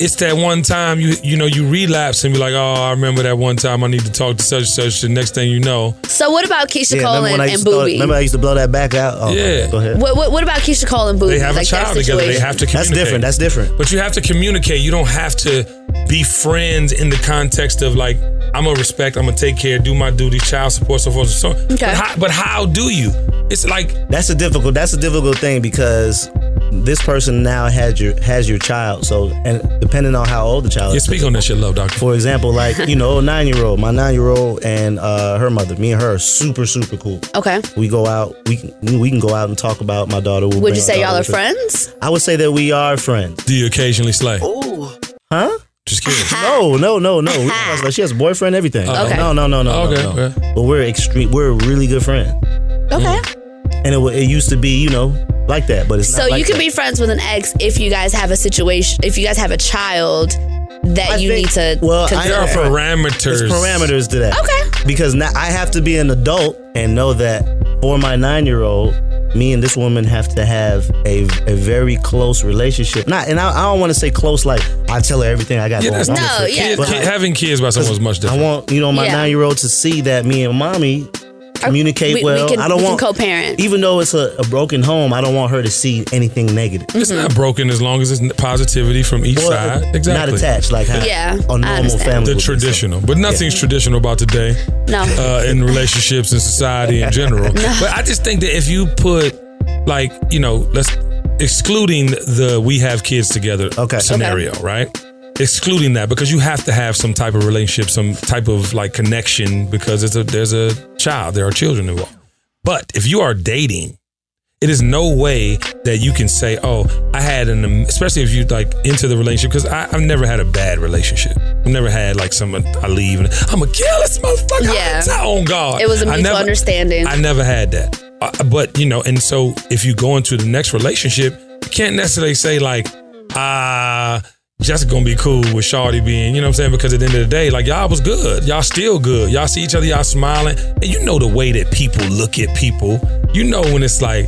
[SPEAKER 6] it's that one time you you know you relapse and be like, oh, I remember that one time I need to talk to such and such. And next thing you know,
[SPEAKER 8] So what about Keisha
[SPEAKER 6] Yeah, remember
[SPEAKER 8] Cole
[SPEAKER 6] when
[SPEAKER 8] and,
[SPEAKER 6] I used
[SPEAKER 8] and
[SPEAKER 6] to throw-
[SPEAKER 8] Booby?
[SPEAKER 7] Remember, I used to blow that back out. Oh,
[SPEAKER 6] Yeah.
[SPEAKER 7] Go ahead.
[SPEAKER 8] what, what what about Keisha Cole and Booby?
[SPEAKER 6] They have
[SPEAKER 8] like
[SPEAKER 6] a
[SPEAKER 8] their
[SPEAKER 6] child together. They
[SPEAKER 8] situation?
[SPEAKER 6] have to communicate.
[SPEAKER 7] different. That's different.
[SPEAKER 6] But you have to communicate. You don't have to be friends in the context of like, I'm gonna respect, I'm gonna take care, do my duty, child support, so forth, so on. But, how, but how do you? It's like
[SPEAKER 7] That's a difficult. That's a difficult thing because this person now has your has your child. So and depending on how old the child
[SPEAKER 6] you
[SPEAKER 7] is.
[SPEAKER 6] speak on that shit, love doctor.
[SPEAKER 7] For example, like you know, a nine year old, my nine year old and uh, her mother, me and her are super super cool.
[SPEAKER 8] Okay.
[SPEAKER 7] We go out. We can, we can go out and talk about my daughter. We'll
[SPEAKER 8] Would you
[SPEAKER 7] bring
[SPEAKER 8] say y'all
[SPEAKER 7] our daughter
[SPEAKER 8] are
[SPEAKER 7] with us.
[SPEAKER 8] friends?
[SPEAKER 7] I would say that we are friends.
[SPEAKER 6] Do you occasionally slay?
[SPEAKER 7] Huh?
[SPEAKER 6] Just kidding.
[SPEAKER 8] Ah.
[SPEAKER 7] No, no, no, no. We friends. Like, she has a boyfriend, everything.
[SPEAKER 6] Okay.
[SPEAKER 7] No, no, no, no.
[SPEAKER 6] Okay,
[SPEAKER 7] no, no. But we're extreme. We're really good friends.
[SPEAKER 6] Mm.
[SPEAKER 8] Okay.
[SPEAKER 7] And it, wa- it used to be, you know, like that. But it's
[SPEAKER 8] So
[SPEAKER 7] not like
[SPEAKER 8] you can
[SPEAKER 7] that.
[SPEAKER 8] be friends with an ex if you guys have a situation. If you guys have a child that you need to.
[SPEAKER 7] Well,
[SPEAKER 8] consider.
[SPEAKER 6] There are parameters.
[SPEAKER 7] There's parameters to that.
[SPEAKER 8] Okay.
[SPEAKER 7] Because now I have to be an adult and know that for my nine year old, me and this woman have to have a, a very close relationship. Not, and I, I don't want to say close like I tell her everything I got
[SPEAKER 6] Yeah,
[SPEAKER 7] going
[SPEAKER 6] that's
[SPEAKER 7] on.
[SPEAKER 6] different.
[SPEAKER 7] with her.
[SPEAKER 6] Kid-
[SPEAKER 7] But
[SPEAKER 6] kid-
[SPEAKER 7] I-
[SPEAKER 6] having kids by someone is much
[SPEAKER 7] I
[SPEAKER 6] different.
[SPEAKER 7] want you know my
[SPEAKER 8] Yeah.
[SPEAKER 7] nine year old to see that me and mommy communicate
[SPEAKER 8] we- we
[SPEAKER 7] well.
[SPEAKER 8] can-
[SPEAKER 7] I don't
[SPEAKER 8] we can
[SPEAKER 7] want
[SPEAKER 8] co-parent.
[SPEAKER 7] even though it's a, a broken home. I don't want her to see anything negative.
[SPEAKER 6] It's not broken as long as it's positivity from each
[SPEAKER 7] Well,
[SPEAKER 6] side.
[SPEAKER 7] not
[SPEAKER 6] Exactly.
[SPEAKER 7] attached, like how Yeah, a I normal understand. family
[SPEAKER 6] The
[SPEAKER 7] would be, so.
[SPEAKER 6] traditional. But nothing's traditional about today.
[SPEAKER 8] No.
[SPEAKER 6] Uh, in relationships and society in general. But I just think that if you put, like, you know, let's excluding the we have kids together scenario, right? Excluding that because you have to have some type of relationship, some type of like connection because it's a there's a child, there are children involved. But if you are dating, it is no way that you can say, "Oh, I had an," am-" especially if you like into the relationship. Because I've never had a bad relationship. I've never had like someone I leave and I'm a kill this motherfucker.
[SPEAKER 8] Yeah.
[SPEAKER 6] I'm on God.
[SPEAKER 8] It was a
[SPEAKER 6] I
[SPEAKER 8] mutual
[SPEAKER 6] never-
[SPEAKER 8] understanding.
[SPEAKER 6] I never had that. Uh, but you know, and so if you go into the next relationship, you can't necessarily say like, ah. Jessica gonna be cool with Shawty being, you know what I'm saying? Because at the end of the day, like y'all was good. Y'all still good. Y'all see each other, y'all smiling. And you know the way that people look at people. You know when it's like,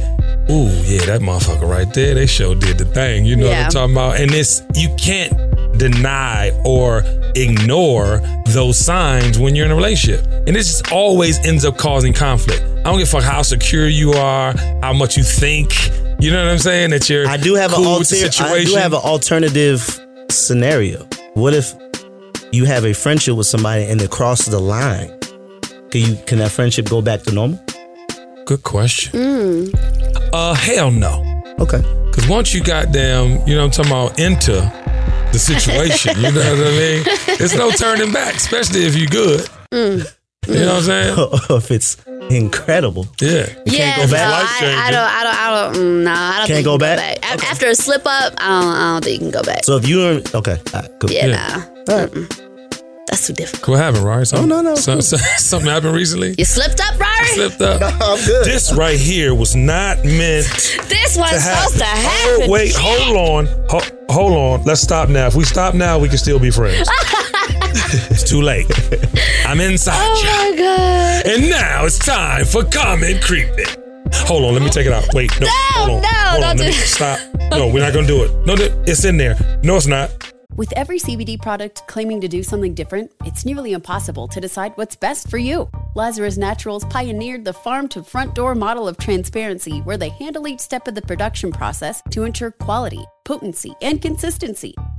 [SPEAKER 6] ooh, yeah, that motherfucker right there, they sure did the thing. You know what
[SPEAKER 1] Yeah.
[SPEAKER 6] I'm talking about? And it's you can't deny or ignore those signs when you're in a relationship. And this just always ends up causing conflict. I don't give a fuck how secure you are, how much you think. You know what I'm saying? That you're I
[SPEAKER 7] do have
[SPEAKER 6] cool
[SPEAKER 7] an
[SPEAKER 6] with the
[SPEAKER 7] alter- I do
[SPEAKER 6] situation.
[SPEAKER 7] have an alternative scenario. What if you have a friendship with somebody and it crosses the line? Can you can that friendship go back to normal?
[SPEAKER 6] Good question.
[SPEAKER 8] Mm.
[SPEAKER 6] Uh, hell no.
[SPEAKER 7] Okay.
[SPEAKER 6] Because once you got damn, you know what I'm talking about, into the situation, you know what I mean? There's no turning back, especially if you're good. You know what I'm saying?
[SPEAKER 7] Mm. if it's incredible.
[SPEAKER 6] Yeah.
[SPEAKER 8] yeah, no, uh, I, I don't, I don't, I don't, mm, no, I don't
[SPEAKER 7] Can't
[SPEAKER 8] think
[SPEAKER 7] go
[SPEAKER 8] you can
[SPEAKER 7] back?
[SPEAKER 8] go back. A- After a slip up, I don't, I don't think you can go back.
[SPEAKER 7] So if you are okay, all right, cool.
[SPEAKER 8] yeah, nah. Mm-mm. That's too difficult.
[SPEAKER 6] What happened, Ryan? Something,
[SPEAKER 8] no, no,
[SPEAKER 6] some- some- something happened recently?
[SPEAKER 8] You slipped up, Rory?
[SPEAKER 6] Slipped up.
[SPEAKER 7] I'm good.
[SPEAKER 6] This right here was not meant
[SPEAKER 8] This one's
[SPEAKER 6] to happen.
[SPEAKER 8] supposed to happen.
[SPEAKER 6] Oh, wait, hold on. Ho- hold on. Let's stop now. If we stop now, we can still be friends. it's too late. I'm inside
[SPEAKER 8] Oh my god.
[SPEAKER 6] you. And now it's time for comment creeping. Hold on, let me take it out. Wait, no, hold on.
[SPEAKER 12] no,
[SPEAKER 6] hold on, let
[SPEAKER 12] don't
[SPEAKER 6] me
[SPEAKER 12] do that.
[SPEAKER 6] stop. No, we're not gonna do it. No, th- it's in there. No, it's not.
[SPEAKER 12] With every CBD product claiming to do something different, it's nearly impossible to decide what's best for you. Lazarus Naturals pioneered the farm to front door model of transparency where they handle each step of the production process to ensure quality, potency, and consistency.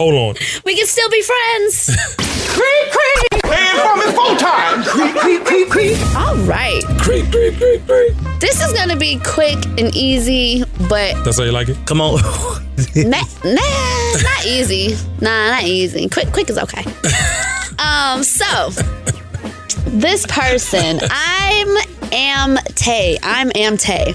[SPEAKER 6] Hold on.
[SPEAKER 8] We can still be friends.
[SPEAKER 9] Creep, creep. Playing from it full time. Creep, creep, creep, creep.
[SPEAKER 8] All right.
[SPEAKER 6] Creep, creep, creep, creep.
[SPEAKER 8] This is gonna be quick and easy, but
[SPEAKER 6] That's how you like it?
[SPEAKER 7] Come on.
[SPEAKER 8] nah, nah, not easy. Nah, not easy. Quick, quick is okay. Um, so this person, I'm Am Tay. I'm Am Tay.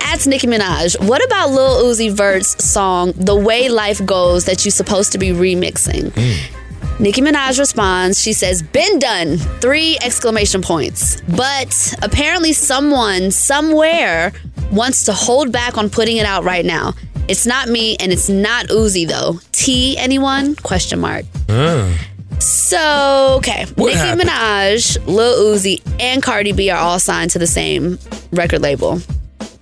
[SPEAKER 8] That's Nicki Minaj. What about Lil Uzi Vert's song "The Way Life Goes" that you're supposed to be remixing?
[SPEAKER 6] Hmm.
[SPEAKER 8] Nicki Minaj responds. She says, "Been done!" Three exclamation points. But apparently, someone somewhere wants to hold back on putting it out right now. It's not me, and it's not Uzi though. T anyone? Question mark.
[SPEAKER 6] Uh,
[SPEAKER 8] So okay,
[SPEAKER 6] What
[SPEAKER 8] Nicki
[SPEAKER 6] happened?
[SPEAKER 8] Minaj, Lil Uzi, and Cardi B are all signed to the same record label.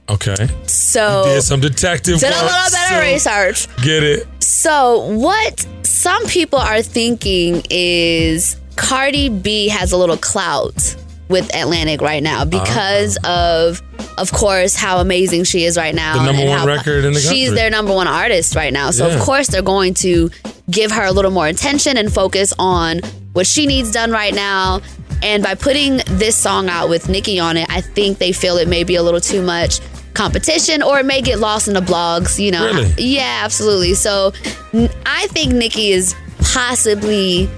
[SPEAKER 6] okay.
[SPEAKER 8] So
[SPEAKER 6] Did some detective
[SPEAKER 8] did a
[SPEAKER 6] work,
[SPEAKER 8] little bit
[SPEAKER 6] so
[SPEAKER 8] of research.
[SPEAKER 6] Get it.
[SPEAKER 8] So, what some people are thinking is Cardi B has a little clout with Atlantic right now
[SPEAKER 6] Uh-huh.
[SPEAKER 8] because of, of course, how amazing she is right now.
[SPEAKER 6] The number
[SPEAKER 8] and
[SPEAKER 6] one
[SPEAKER 8] how-
[SPEAKER 6] record in the country.
[SPEAKER 8] She's their number one artist right now. So,
[SPEAKER 6] Yeah.
[SPEAKER 8] of course, they're going to give her a little more attention and focus on what she needs done right now. And by putting this song out with Nicki on it, I think they feel it may be a little too much competition or it may get lost in the blogs, you know.
[SPEAKER 6] Really?
[SPEAKER 8] Yeah, absolutely. So n- I think Nikki is possibly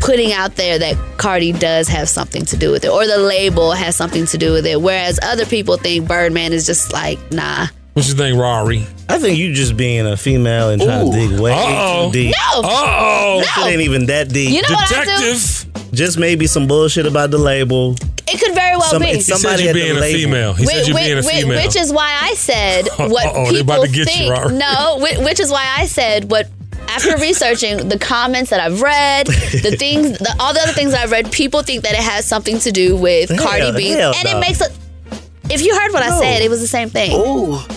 [SPEAKER 8] putting out there that Cardi does have something to do with it, or the label has something to do with it. Whereas other people think Birdman is just like, nah,
[SPEAKER 6] What you think, Rory?
[SPEAKER 7] I think you just being a female and trying to dig way
[SPEAKER 6] Uh-oh.
[SPEAKER 7] too deep.
[SPEAKER 6] No. Uh-oh.
[SPEAKER 7] That shit ain't even that deep.
[SPEAKER 8] Oh. You know what I do?
[SPEAKER 7] Just maybe some bullshit about the label.
[SPEAKER 8] It could very well
[SPEAKER 7] Some-
[SPEAKER 8] be.
[SPEAKER 7] it's somebody He said you at the being a label. female. He
[SPEAKER 8] Whi-
[SPEAKER 7] said you
[SPEAKER 8] whi-
[SPEAKER 7] being a
[SPEAKER 8] whi-
[SPEAKER 7] female.
[SPEAKER 8] Which is why I said what
[SPEAKER 7] Uh-oh, they
[SPEAKER 8] people
[SPEAKER 7] about to get you,
[SPEAKER 8] think.
[SPEAKER 7] Robert.
[SPEAKER 8] no, whi- which is why I said what. After researching the comments that I've read, the things, the, all the other things I've read, people think that it has something to do with Cardi
[SPEAKER 14] Hell-
[SPEAKER 8] B,
[SPEAKER 14] hell
[SPEAKER 8] and it
[SPEAKER 14] no.
[SPEAKER 8] makes a. If you heard what I
[SPEAKER 14] No.
[SPEAKER 8] said, it was the same thing.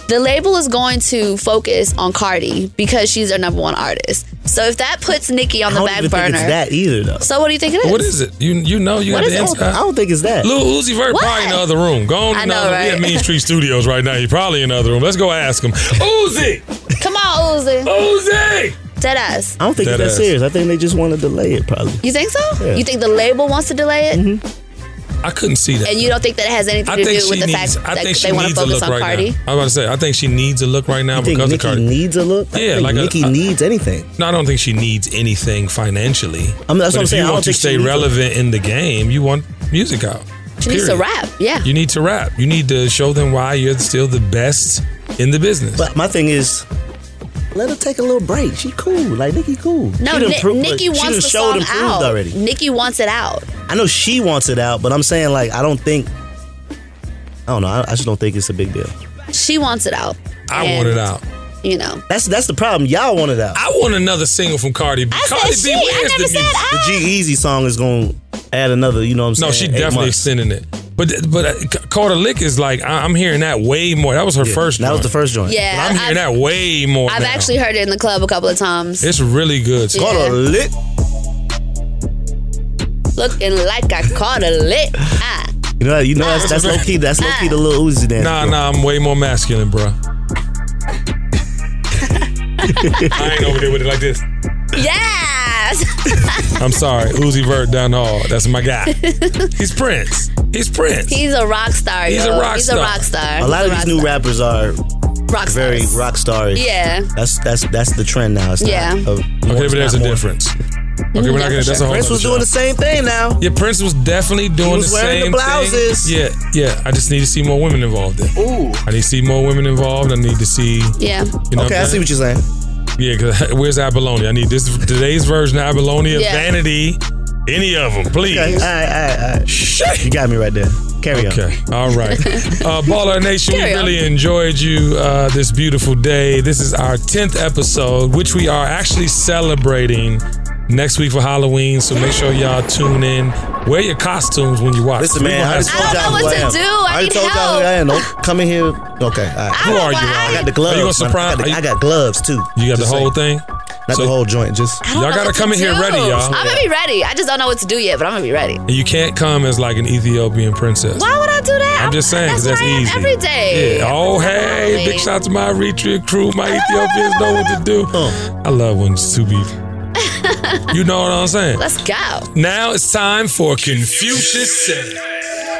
[SPEAKER 8] The label is going to focus on Cardi because she's their number one artist. So if that puts Nicki on the
[SPEAKER 7] I don't
[SPEAKER 8] back
[SPEAKER 7] even
[SPEAKER 8] burner,
[SPEAKER 7] think it's that either, though.
[SPEAKER 8] So what do you think it is?
[SPEAKER 6] What is it? You you know you
[SPEAKER 8] What
[SPEAKER 6] got
[SPEAKER 8] is
[SPEAKER 6] the
[SPEAKER 8] it?
[SPEAKER 6] inside.
[SPEAKER 8] I don't think it's that.
[SPEAKER 6] Lil Uzi Vert
[SPEAKER 8] What?
[SPEAKER 6] probably in the other room. Go on
[SPEAKER 8] I
[SPEAKER 6] in the
[SPEAKER 8] know,
[SPEAKER 6] other
[SPEAKER 8] right?
[SPEAKER 6] We at Mean Street Studios right now. He probably in the other room. Let's go ask him. Uzi!
[SPEAKER 8] Come on, Uzi.
[SPEAKER 6] Uzi!
[SPEAKER 8] Dead ass.
[SPEAKER 7] I don't think
[SPEAKER 6] That
[SPEAKER 7] it's that
[SPEAKER 6] ass.
[SPEAKER 7] serious. I think they just want to delay it, probably.
[SPEAKER 8] You think so?
[SPEAKER 7] Yeah.
[SPEAKER 8] You think the label wants to delay it?
[SPEAKER 6] I couldn't see that.
[SPEAKER 8] And you don't think that it has anything
[SPEAKER 6] I
[SPEAKER 8] to
[SPEAKER 6] think
[SPEAKER 8] do
[SPEAKER 6] she
[SPEAKER 8] with the
[SPEAKER 6] needs.
[SPEAKER 8] fact
[SPEAKER 6] I
[SPEAKER 8] that
[SPEAKER 6] think she
[SPEAKER 8] they want to
[SPEAKER 6] needs a
[SPEAKER 8] focus
[SPEAKER 6] look
[SPEAKER 8] on
[SPEAKER 6] right
[SPEAKER 8] Cardi?
[SPEAKER 6] now. I was about to say. I think she needs a look right now
[SPEAKER 7] think
[SPEAKER 6] because
[SPEAKER 7] Nicki
[SPEAKER 6] of Cardi.
[SPEAKER 7] needs a look? I
[SPEAKER 6] Yeah,
[SPEAKER 7] think
[SPEAKER 6] like
[SPEAKER 7] Nicki
[SPEAKER 6] a,
[SPEAKER 7] needs anything.
[SPEAKER 6] No, I don't think she needs anything financially.
[SPEAKER 7] I mean, that's
[SPEAKER 6] but
[SPEAKER 7] what I'm
[SPEAKER 6] if
[SPEAKER 7] saying. I
[SPEAKER 6] you
[SPEAKER 7] don't
[SPEAKER 6] want to
[SPEAKER 7] think she
[SPEAKER 6] stay
[SPEAKER 7] needs a-
[SPEAKER 6] relevant in the game, you want music out.
[SPEAKER 8] She needs to
[SPEAKER 6] Period.
[SPEAKER 8] rap. Yeah.
[SPEAKER 6] You need to rap. You need to show them why you're still the best in the business.
[SPEAKER 7] But my thing is, let her take a little break. She cool. Like Nicki cool.
[SPEAKER 8] No,
[SPEAKER 7] She done
[SPEAKER 8] Ni-
[SPEAKER 7] proved-
[SPEAKER 8] Nicki
[SPEAKER 7] she
[SPEAKER 8] wants
[SPEAKER 7] done
[SPEAKER 8] the
[SPEAKER 7] showed
[SPEAKER 8] song
[SPEAKER 7] improved
[SPEAKER 8] out.
[SPEAKER 7] already.
[SPEAKER 8] Nicki wants it out.
[SPEAKER 7] I know she wants it out, but I'm saying like I don't think. I don't know. I, I just don't think it's a big deal.
[SPEAKER 8] She wants it out.
[SPEAKER 6] I
[SPEAKER 8] And,
[SPEAKER 6] want it out.
[SPEAKER 8] You know.
[SPEAKER 7] That's that's the problem. Y'all want it out.
[SPEAKER 6] I want another single from Cardi B. Cardi B, where's the music?
[SPEAKER 7] The G Easy song is gonna add another. You know what I'm saying?
[SPEAKER 6] No, she
[SPEAKER 7] eight
[SPEAKER 6] definitely
[SPEAKER 7] months.
[SPEAKER 6] extending it. But but uh, C- Carter Lick is like I, I'm hearing that way more. That was her first. That was the
[SPEAKER 7] first joint.
[SPEAKER 8] Yeah,
[SPEAKER 6] But I'm hearing
[SPEAKER 8] I've-
[SPEAKER 6] that way more.
[SPEAKER 8] I've
[SPEAKER 6] now.
[SPEAKER 8] actually heard it in the club a couple of times.
[SPEAKER 6] It's really good.
[SPEAKER 8] Yeah. Carter Lick. Looking like I caught a lick. Ah.
[SPEAKER 7] You know, you know that's, that's low key. That's low key. The little Uzi dance.
[SPEAKER 6] Nah, nah, I'm way more masculine, bro. I ain't over there with it like this.
[SPEAKER 8] Yes.
[SPEAKER 6] I'm sorry, Uzi Vert down the hall. That's my guy. He's Prince. He's Prince.
[SPEAKER 8] He's a rock star.
[SPEAKER 6] He's a
[SPEAKER 8] yo.
[SPEAKER 6] rock
[SPEAKER 8] He's a
[SPEAKER 6] star.
[SPEAKER 8] rock star.
[SPEAKER 7] A lot
[SPEAKER 8] He's
[SPEAKER 7] of these new rappers are
[SPEAKER 8] rock
[SPEAKER 7] very rock stars.
[SPEAKER 8] Yeah.
[SPEAKER 7] That's that's that's the trend now. It's not
[SPEAKER 8] Yeah.
[SPEAKER 7] a-
[SPEAKER 8] Okay,
[SPEAKER 6] but
[SPEAKER 7] it's
[SPEAKER 6] there's
[SPEAKER 7] not
[SPEAKER 6] a
[SPEAKER 7] more-
[SPEAKER 6] difference. Okay, we're not gonna. That's a whole.
[SPEAKER 7] Prince
[SPEAKER 6] other
[SPEAKER 7] was doing
[SPEAKER 6] show.
[SPEAKER 7] the same thing now.
[SPEAKER 6] Yeah, Prince was definitely doing
[SPEAKER 7] was
[SPEAKER 6] the
[SPEAKER 7] wearing
[SPEAKER 6] same
[SPEAKER 7] the blouses.
[SPEAKER 6] thing. Yeah, yeah. I just need to see more women involved. Then. Ooh. I need to see more women involved. I need to see.
[SPEAKER 8] Yeah.
[SPEAKER 6] You know
[SPEAKER 7] okay, I
[SPEAKER 6] I'm
[SPEAKER 7] see what you're saying.
[SPEAKER 6] Yeah, because where's abalone? I need this today's version of abalone,
[SPEAKER 7] Yeah.
[SPEAKER 6] vanity, any of them, please.
[SPEAKER 7] Okay, all right, all right, all right.
[SPEAKER 6] Shit.
[SPEAKER 7] You got me right there. Carry on.
[SPEAKER 6] Okay. All right. Uh, Baller Nation, we
[SPEAKER 7] Carry on.
[SPEAKER 6] really enjoyed you uh, this beautiful day. This is our 10th episode, which we are actually celebrating next week for Halloween. So make sure y'all tune in. Wear your costumes when you watch.
[SPEAKER 7] Listen,
[SPEAKER 6] We
[SPEAKER 7] man,
[SPEAKER 6] gonna
[SPEAKER 7] I
[SPEAKER 6] have
[SPEAKER 7] already told
[SPEAKER 6] some-
[SPEAKER 7] y'all who I am. I already told y'all who I am. Don't come in here. Okay, all right.
[SPEAKER 6] Who are you?
[SPEAKER 7] I got
[SPEAKER 6] Are
[SPEAKER 7] the
[SPEAKER 6] you gonna
[SPEAKER 7] gloves. man.
[SPEAKER 6] surprise?
[SPEAKER 7] I, got
[SPEAKER 6] are
[SPEAKER 7] the,
[SPEAKER 6] you-
[SPEAKER 7] I got gloves too.
[SPEAKER 6] You got the
[SPEAKER 7] Just
[SPEAKER 6] whole
[SPEAKER 7] saying.
[SPEAKER 6] thing.
[SPEAKER 7] Not the whole joint. Just
[SPEAKER 8] I don't
[SPEAKER 6] Y'all
[SPEAKER 8] know
[SPEAKER 6] gotta
[SPEAKER 8] what
[SPEAKER 6] come
[SPEAKER 8] to
[SPEAKER 6] in here
[SPEAKER 8] do.
[SPEAKER 6] ready, y'all.
[SPEAKER 8] I'm gonna be ready. I just don't know what to do yet, but I'm gonna be ready.
[SPEAKER 6] And you can't come as like an Ethiopian princess.
[SPEAKER 8] Why would I do that?
[SPEAKER 6] I'm just saying, 'cause
[SPEAKER 8] that's
[SPEAKER 6] that's,
[SPEAKER 8] what I
[SPEAKER 6] easy.
[SPEAKER 8] am every day.
[SPEAKER 6] Yeah. Oh, hey, big shout out to my Eritrean crew. My Ethiopians know what to do.
[SPEAKER 8] Oh.
[SPEAKER 6] I love when Subi. you know what I'm saying?
[SPEAKER 8] Let's go.
[SPEAKER 6] Now it's time for Confucius Says.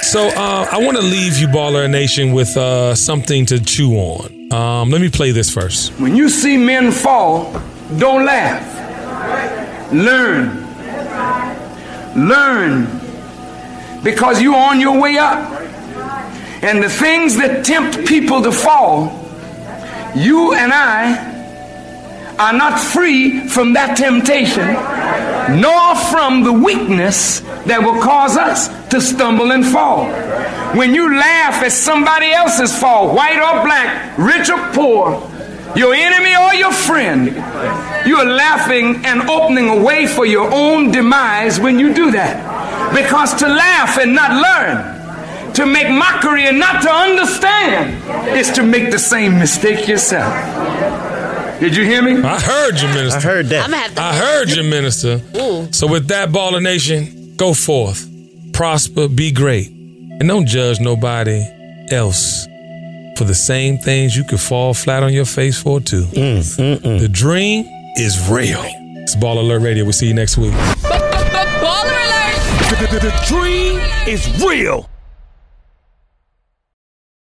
[SPEAKER 6] So uh, I want to leave you, Baller Nation, with uh, something to chew on. Um, let me play this first.
[SPEAKER 14] When you see men fall, don't laugh. Learn. Learn. Because you're on your way up. And the things that tempt people to fall, you and I are not free from that temptation, nor from the weakness that will cause us to stumble and fall. When you laugh at somebody else's fall, white or black, rich or poor, your enemy or your friend, you are laughing and opening a way for your own demise when you do that. Because to laugh and not learn, to make mockery and not to understand, is to make the same mistake yourself. Did you hear me?
[SPEAKER 6] I heard you, minister. I heard
[SPEAKER 14] that. I'ma have to-
[SPEAKER 6] I heard you, minister. So with that, Baller Nation, go forth, prosper, be great, and don't judge nobody else for the same things you could fall flat on your face for too. The dream is real. It's Ball Alert Radio. We'll see you next week.
[SPEAKER 2] Baller alert!
[SPEAKER 6] The dream is real.